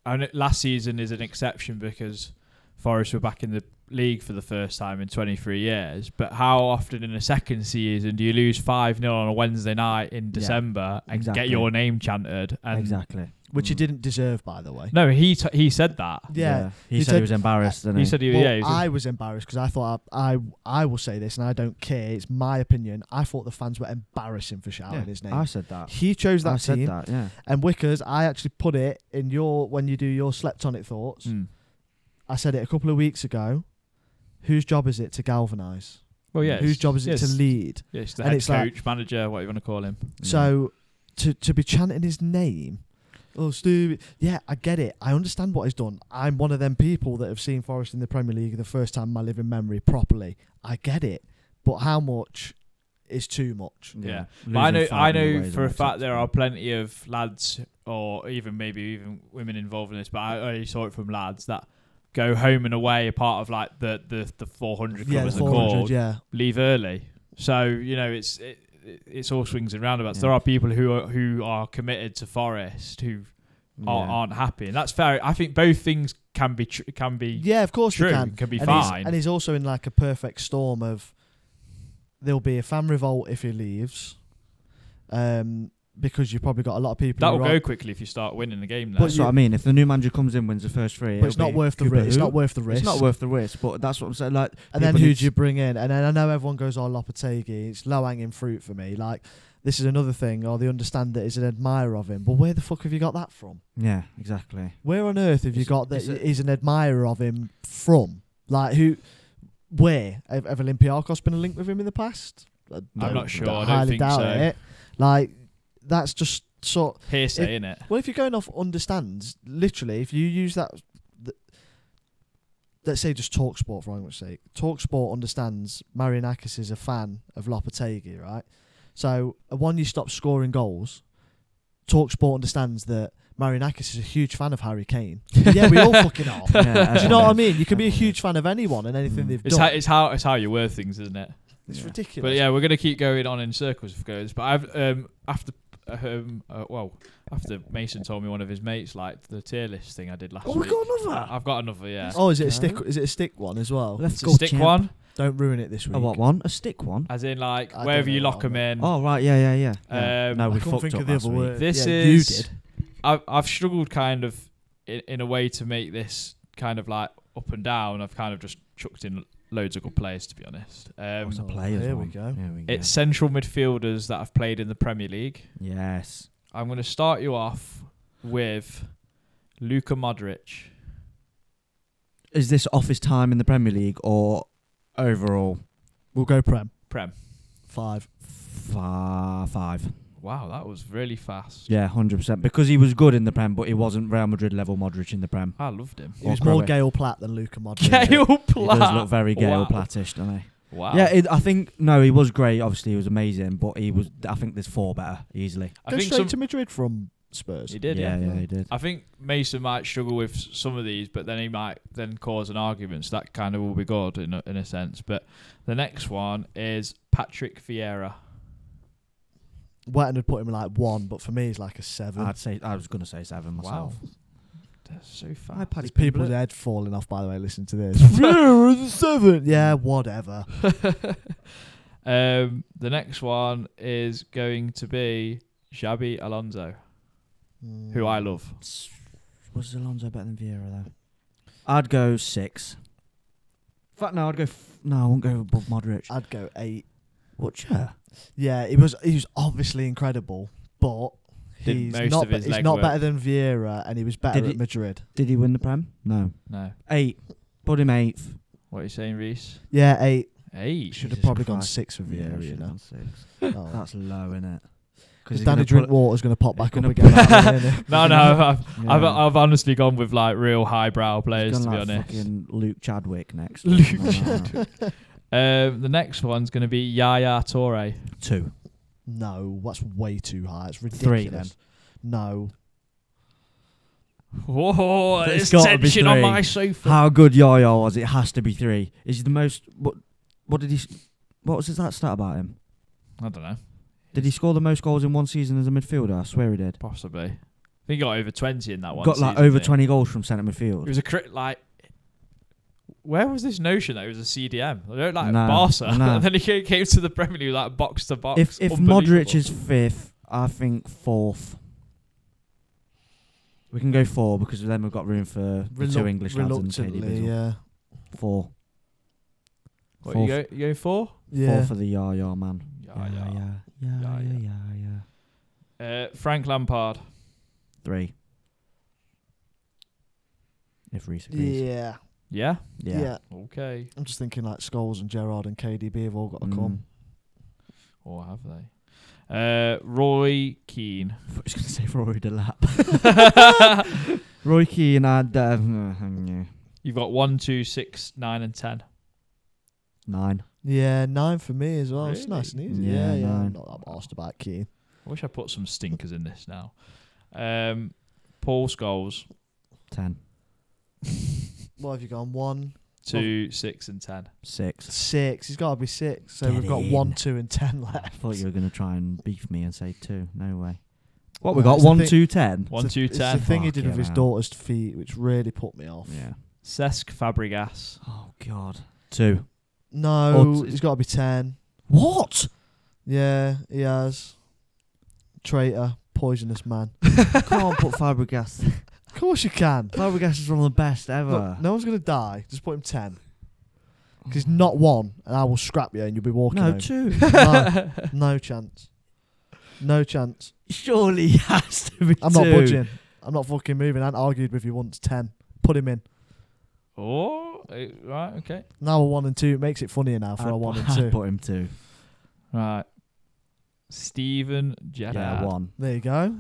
S1: and it- last season is an exception because Forest were back in the league for the first time in 23 years. But how often in a second season do you lose five 0 on a Wednesday night in December and
S3: exactly.
S1: get your name chanted? And
S3: exactly.
S4: Which
S1: Hmm.
S4: he
S3: Mm.
S4: didn't deserve, by the way.
S1: No, he t- he said that.
S4: Yeah,
S3: He,
S4: He
S3: said he
S4: said-
S3: was embarrassed. didn't
S1: He said he,
S4: Well,
S1: yeah. He said,
S4: I was embarrassed because I thought I, I I will say this, and I don't care. It's my opinion. I thought the fans were embarrassing for shouting
S3: Yeah,
S4: his name.
S3: I said that.
S4: he chose that
S3: I
S4: team.
S3: said that. Yeah.
S4: And Wickers, I actually put it in your when you do your slept on it thoughts.
S1: Mm.
S4: I said it a couple of weeks ago. Whose job is it to galvanise?
S1: Well, yeah.
S4: Whose
S1: it's-
S4: job is it
S1: Oh, yes. Mm.
S4: to lead?
S1: Yeah, it's the
S4: And
S1: head
S4: it's like-
S1: coach, manager, what you want to call him.
S3: Mm.
S4: So to to be chanting his name. Oh, Stevie. Yeah, I get it. I understand what he's done. I'm one of them people that have seen Forest in the Premier League the first time in my living memory properly. I get it. But how much is too much?
S1: Yeah. But I know, I know for a fact there are plenty of lads or even maybe even women involved in this, but I only saw it from lads that go home and away a part of like the the the 400
S4: yeah,
S1: club
S4: the
S1: as they're
S4: 400,
S1: called,
S4: yeah.
S1: leave early. So you know it's it, it- it's all swings and roundabouts.
S3: Yeah.
S1: There are people who are who are committed to Forest who are,
S3: Yeah.
S1: aren't happy, and that's fair. I think both things can be tr- can be
S4: Yeah, of course
S1: true,
S4: you can.
S1: can, be
S4: and
S1: fine.
S4: He's, and he's also in like a perfect storm of there'll be a fan revolt if he leaves, um, because you've probably got a lot of people.
S1: That'll
S4: who are
S1: go
S4: on-
S1: quickly if you start winning the game. Then.
S3: That's what I mean. If the new manager comes in, wins the first three,
S4: but it's
S3: it'll
S4: not
S3: be
S4: worth the
S3: kuba
S4: risk. It's
S3: who?
S4: not worth the risk.
S3: It's not worth the risk, but that's what I'm saying. Like,
S4: and then
S3: people
S4: who
S3: need
S4: do you bring in? And then I know everyone goes, "Oh, Lopetegui, it's low hanging fruit for me." Like this is another thing, or they understand that he's an admirer of him. But where the fuck have you got that from?
S3: to- Yeah, exactly.
S4: Where on earth have you
S3: Is it-
S4: got that
S3: is it-
S4: he's an admirer of him from? Like who? Where have, have Olympiakos been linked with him in the past? I
S1: I'm
S4: don't-
S1: not sure. I
S4: I
S1: don't
S4: highly
S1: think
S4: doubt
S1: so.
S4: it. Like that's just sort.
S1: Hearsay, in it?
S4: Well, if you're going off understands, literally, if you use that, th- let's say just talk sport for argument's sake. Talk sport understands Marianakis is a fan of Lopetegui, right? So uh, one, you stop scoring goals. Talk sport understands that Marianakis is a huge fan of Harry Kane. yeah, we all fucking are. Do
S3: Yeah,
S4: you know what I
S3: everyone is.
S4: mean? You can be a
S3: Everyone
S4: huge fan of anyone and anything
S3: Mm.
S4: they've
S1: It's how,
S4: done.
S1: it's how it's how you word things, isn't it?
S4: it's
S3: Yeah.
S4: ridiculous.
S1: But yeah, we're gonna keep going on in circles if we go. this. But I've um after um uh, well after Mason told me one of his mates like the tier list thing I did last
S3: Oh, we
S1: week.
S3: got another.
S1: I've got another, yeah.
S4: Oh, is it a stick? Is it a stick one as well?
S3: Let's
S1: It's
S3: go
S1: a stick
S3: champ.
S1: one,
S4: Don't ruin it this week.
S3: A what one? A stick one?
S1: as in like
S4: I don't
S1: wherever
S4: know
S1: you
S4: what
S1: lock
S4: I'm
S1: them in.
S3: Oh right, yeah, yeah, yeah. yeah.
S1: Um,
S3: no,
S4: I
S3: we
S4: can't
S3: fucked
S4: think
S3: up
S4: of the
S3: last
S4: other
S3: week.
S4: word.
S1: This
S4: yeah,
S1: is-
S4: you did.
S1: I've I've struggled kind of in, in a way to make this kind of like up and down. I've kind of just chucked in loads of good players to be honest. Um,
S3: What's a
S4: Oh,
S3: players
S4: here we
S3: one?
S4: go.
S3: Here we go.
S1: it's central midfielders that have played in the Premier League.
S3: yes.
S1: I'm going to start you off with Luka Modric.
S3: Is this off his time in the Premier League or overall?
S4: We'll go prem
S1: Prem.
S4: five.
S3: Fa- Five.
S1: Wow, that was really fast.
S3: Yeah, hundred percent. Because he was good in the Prem, but he wasn't Real Madrid level Modric in the Prem.
S1: I loved him.
S4: He
S3: Or
S4: was more
S3: Crowe.
S4: Gail Platt than Luca Modric.
S1: Gail
S3: He
S1: Platt.
S3: does look very Gail
S1: Wow.
S3: Plattish, doesn't he?
S1: Wow.
S3: Yeah, it, I think no, he was great. Obviously, he was amazing, but he was. I think there's four better easily.
S1: I
S4: Go
S1: think
S4: straight
S1: some,
S4: to Madrid from Spurs.
S1: he did. Yeah.
S3: yeah, he did.
S1: I think Mason might struggle with s- some of these, but then he might then cause an argument. So that kind of will be good in a, in a sense. But the next one is Patrick Vieira.
S4: Wetton had put him like one, but for me, he's like a seven.
S3: I'd say I was gonna say seven myself.
S1: That's so
S3: Hi,
S1: fast.
S3: Paddy
S4: There's people's
S3: Pimblett.
S4: head falling off. By the way, listen to this. Yeah, it's a seven. Yeah, whatever.
S1: um, the next one is going to be Xabi Alonso, who I love.
S3: S- Was Alonso better than Vieira though? I'd go six. In fact, no, I'd go. F- no, I won't go above Modric.
S4: I'd go eight.
S3: Uh, What? Yeah.
S4: Yeah, he was. He was obviously incredible, but
S1: Did
S4: he's
S1: most
S4: not.
S1: of his
S4: he's
S1: leg
S4: not
S1: work.
S4: better than Vieira, and he was better
S3: Did
S4: at
S3: he-
S4: Madrid.
S3: Did he win the Prem? No.
S1: No.
S3: Eight. Put him eighth.
S1: What are you saying, Reese?
S4: Yeah, eight.
S1: Hey.
S4: Should have
S3: Jesus
S4: probably gone
S3: Christ.
S4: six for Vieira.
S3: should
S4: you
S3: have
S4: know,
S3: gone six.
S4: Oh.
S3: That's low, isn't it?
S4: Because Danny Drinkwater's going to pop
S3: he's
S4: back up
S3: gonna
S4: again.
S3: put-
S4: aren't they, innit?
S1: No, no, I've,
S3: Yeah.
S1: I've, I've honestly gone with like real highbrow players
S3: He's
S1: to be
S3: gone like
S1: honest.
S3: Fucking Luke Chadwick next.
S1: Luke
S3: No, no, no.
S1: Um, the next one's going to be Yaya Toure.
S3: Two.
S4: No, that's way too high. It's ridiculous.
S3: Three,
S4: No.
S1: Whoa,
S3: But
S1: there's
S3: it's gotta be
S1: tension on
S3: three.
S1: my sofa.
S3: How good Yaya was, it has to be three. Is he the most? What? What did he? s- What was that stat about him?
S1: I don't know,
S3: Did he score the most goals in one season as a midfielder? I swear he did.
S1: possibly. I think he got over 20 in that one.
S3: Got like
S1: season,
S3: over
S1: didn't he?
S3: 20 goals from centre
S1: It
S3: midfield.
S1: was a crit, like, where was this notion that it was a CDM? I don't like
S3: No,
S1: Barca.
S3: no.
S1: and then he came, came to the Premier League, like, box to box.
S3: If if Modric is fifth, I think fourth. We can go four because then we've got room for the two
S4: Relu-
S3: English lads and KDB.
S4: reluctantly, yeah.
S3: Four.
S1: What,
S3: fourth.
S1: you, go, you go for?
S4: Yeah.
S3: Four for the Yaya man.
S1: Yaya.
S3: Yaya.
S1: Yaya.
S3: Yaya. Yaya.
S1: Uh, Frank Lampard.
S3: Three. If Reese agrees.
S4: Yeah.
S1: Yeah?
S4: yeah,
S1: Okay.
S4: I'm just thinking like Scholes and Gerard and KDB have all got to
S3: Mm.
S4: come.
S1: Or have they? Uh, Roy Keane.
S3: I was going to say Roy de Lap. Roy Keane had uh, mm, yeah,
S1: You've got one, two, six, nine, and ten.
S3: nine.
S4: Yeah, nine for me as well. It's
S1: Really?
S4: nice and easy.
S3: Yeah,
S4: Yeah, yeah.
S3: nine.
S4: I'm not that arsed about Keane.
S1: I wish I put some stinkers in this now. Um, Paul's goals
S3: Ten.
S4: What have you gone? One,
S3: Oh.
S1: two, six, and ten.
S3: Six.
S4: six. He's got to be six. So
S3: Get
S4: we've got
S3: in.
S4: one, two, and ten
S3: I
S4: left.
S3: thought you were going to try and beef me and say two. No way. What, we
S4: No,
S3: got
S4: it's the
S3: one,
S4: thing-
S3: two, ten?
S1: One,
S4: it's
S1: two,
S4: the, It's
S1: ten.
S4: the thing he
S3: Fuck
S4: did
S3: yeah,
S4: with his
S3: man.
S4: daughter's feet, which really put me off.
S3: Yeah.
S1: Cesc Fabregas.
S3: Oh, God. Two.
S4: No,
S3: Or t-
S4: it's got to be ten.
S3: What?
S4: Yeah, he has. Traitor, poisonous man.
S3: I can't put Fabregas.
S4: Of course you can.
S3: Fabregas is one of the best ever.
S4: Look, no one's gonna die. Just put him ten. Because not one, and I will scrap you, and you'll be walking.
S3: Mm-hmm. No,
S4: home.
S3: two.
S4: no, no chance. No chance.
S3: Surely he has to be
S4: I'm
S3: two.
S4: not budging. I'm not fucking moving. I argued with you once. Ten. Put him in.
S1: Oh, eh, right, okay.
S4: Now a one and two. It makes it funnier now for
S3: I'd
S4: a one
S3: pu-
S4: and
S3: I'd
S4: two.
S3: put him two.
S1: Right. Stephen Gerrard.
S3: Yeah, one.
S4: There you go.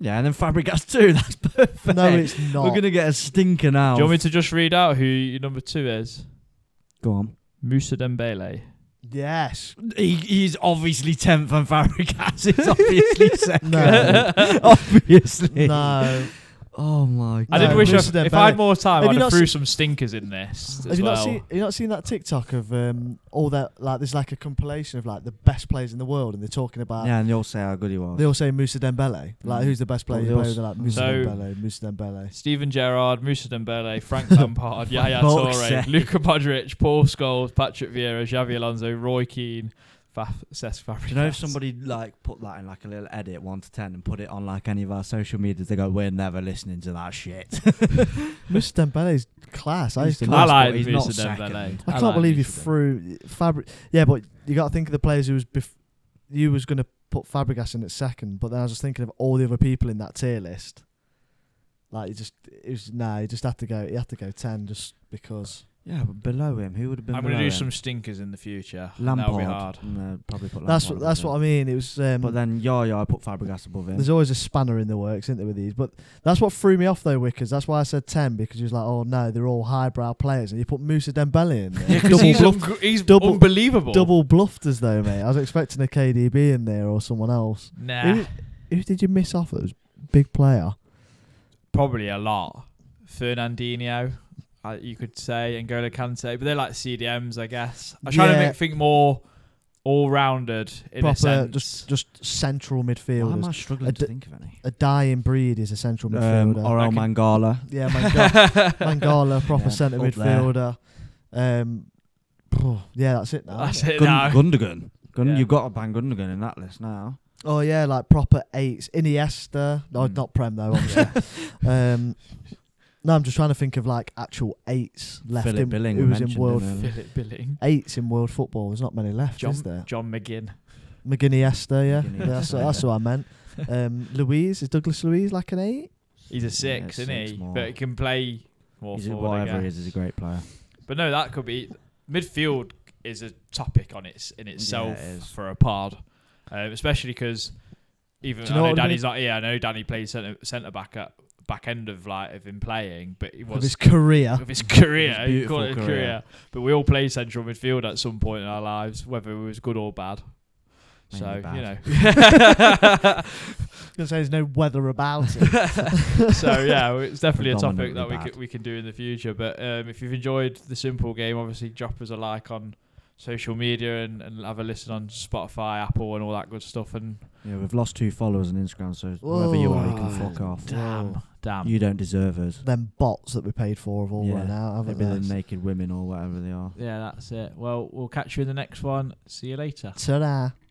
S3: Yeah, and then Fabregas two. That's perfect.
S4: No, it's not.
S3: We're gonna get a stinker now.
S1: Do you want me to just read out who your number two is?
S3: Go on.
S1: Musa Dembele.
S4: yes.
S3: He, he's obviously tenth, and Fabregas is obviously second.
S4: No.
S3: obviously.
S4: no.
S3: Oh my
S1: I
S3: god.
S4: No,
S1: did wish I,
S4: Musa
S1: if
S4: Dembele.
S1: I had more time,
S4: Have
S1: I'd
S4: you
S1: have
S4: not
S1: threw
S4: seen-
S1: some stinkers in this
S4: Have
S1: as
S4: you
S1: well.
S4: not seen? Have you not seen that TikTok of um all that like? There's like a compilation of like the best players in the world, and they're talking about.
S3: Yeah, and you'll say how good he was.
S4: They all say Musa Dembele. Like,
S3: Mm.
S4: who's the best player? you
S3: Well, they
S4: play
S3: all
S4: with? They're like Musa
S1: So-
S4: Dembele, Musa Dembele.
S1: Stephen Gerrard, Musa Dembele, Frank Lampard, Yaya
S3: fuck's
S1: Torre,
S3: sake.
S1: Luka Modric, Paul Scholes, Patrick Vieira, Xavi Alonso, Roy Keane, Faf- Cesc Fabregas.
S3: Do you know if somebody like put that in like a little edit one to ten and put it on like any of our social medias, they go, "We're never listening to that shit."
S4: Musa Dembele's class. I
S3: He's
S4: used to
S3: class.
S1: I
S4: love.
S1: like
S3: he's not
S1: Musa
S3: second.
S1: Dembele.
S4: I
S1: like
S4: can't believe you
S1: Musa Dembele.
S4: threw Fabri. Yeah, but you got to think of the players who was bef- you was going to put Fabregas in at second, but then I was just thinking of all the other people in that tier list. Like you just, it was nah. You just had to go. You had to go ten just because.
S3: Yeah, but below him, who would have been?
S1: I'm
S3: below
S1: going to do
S3: him?
S1: some stinkers in the future. and
S3: Lampard.
S1: That'll be hard.
S3: No, probably put Lampard.
S4: that's what. That's
S3: above
S4: what
S3: him.
S4: I mean. It was. Um,
S3: But then Yaya I put Fabregas above him.
S4: There's always a spanner in the works, isn't there, with these? But that's what threw me off, though, Wickers. That's why I said 10, because he was like, oh, no, they're all highbrow players. And you put Musa Dembele in there.
S1: Yeah, 'cause
S4: double,
S1: he's,
S4: bluff,
S1: un- he's
S4: double-
S1: unbelievable.
S4: double bluffed us, though, mate. I was expecting a KDB in there or someone else.
S1: Nah,
S4: Who, who did you miss off that was big player?
S1: probably a lot. Fernandinho, uh, you could say, and N'Golo Kante, but they're like CDMs, I guess. I'm trying to
S4: Yeah.
S1: make, think more all-rounded in a
S4: Proper,
S1: sense.
S4: just, just central
S3: Why am I
S4: midfielders.
S3: struggling
S4: I
S3: to
S4: d-
S3: think of any?
S4: A dying breed is a central
S3: Um,
S4: midfielder.
S3: Oral
S1: Okay.
S3: Mangala.
S4: yeah, Manga- Mangala, proper
S3: Yeah,
S4: centre
S3: up there.
S4: midfielder. Um, yeah, that's it now.
S1: That's
S4: isn't it?
S1: it
S3: Gun-
S1: now.
S3: Gundogan. Gun-
S1: Yeah.
S3: You've got to bang Gundogan in that list now.
S4: Oh yeah, like proper eights. Iniesta. No,
S3: Mm.
S4: not Prem though. Obviously. um, no, I'm just trying to think of like actual eights left
S3: Philip
S4: in
S3: Billing.
S4: who
S3: we
S4: was in
S3: mentioned
S4: world
S3: him earlier.
S1: Philip Billing.
S4: eights in world football. There's not many left,
S1: John,
S4: is there?
S1: John McGinn.
S4: McGinniesta, yeah,
S3: McGinniesta,
S4: Yeah, that's what, that's
S3: yeah.
S4: what I meant. Um, Louise is Douglas Louise like an eight?
S1: He's a six,
S3: Yeah,
S1: isn't
S3: six
S1: he?
S3: more.
S1: But he can play more
S3: He's-
S1: forward, I
S3: whatever he
S1: guess.
S3: is, he's a great player.
S1: But no, that could be midfield is a topic on its in itself
S3: it is.
S1: for a pod, um, especially because even
S4: Do you
S1: I
S4: know
S1: know
S4: what I
S1: Danny's not here. I know Danny played centre centre back at back end of like of him playing, but he
S4: Of
S1: was
S4: his career.
S1: of his career.
S3: His
S1: you call it a
S3: beautiful
S1: career.
S3: career.
S1: But we all played central midfield at some point in our lives, whether it was good or bad. so
S3: Mainly bad.
S1: you know.
S4: Gonna say there's no weather about it.
S1: so yeah, it's definitely a topic that
S3: Predominantly
S1: we
S3: bad.
S1: can, we can do in the future. But um, if you've enjoyed the simple game, obviously drop us a like on social media and, and have a listen on Spotify, Apple, and all that good stuff. And
S3: Yeah, we've lost two followers on Instagram, so whoever you are, you can
S4: Whoa.
S3: fuck off.
S1: damn, damn,
S3: You don't deserve us.
S4: Them bots that we paid for have all
S3: Yeah,
S4: run out, haven't
S3: Maybe the
S4: they?
S3: naked women or whatever they are.
S1: yeah, that's it. Well, we'll catch you in the next one. See you later.
S4: Ta-da.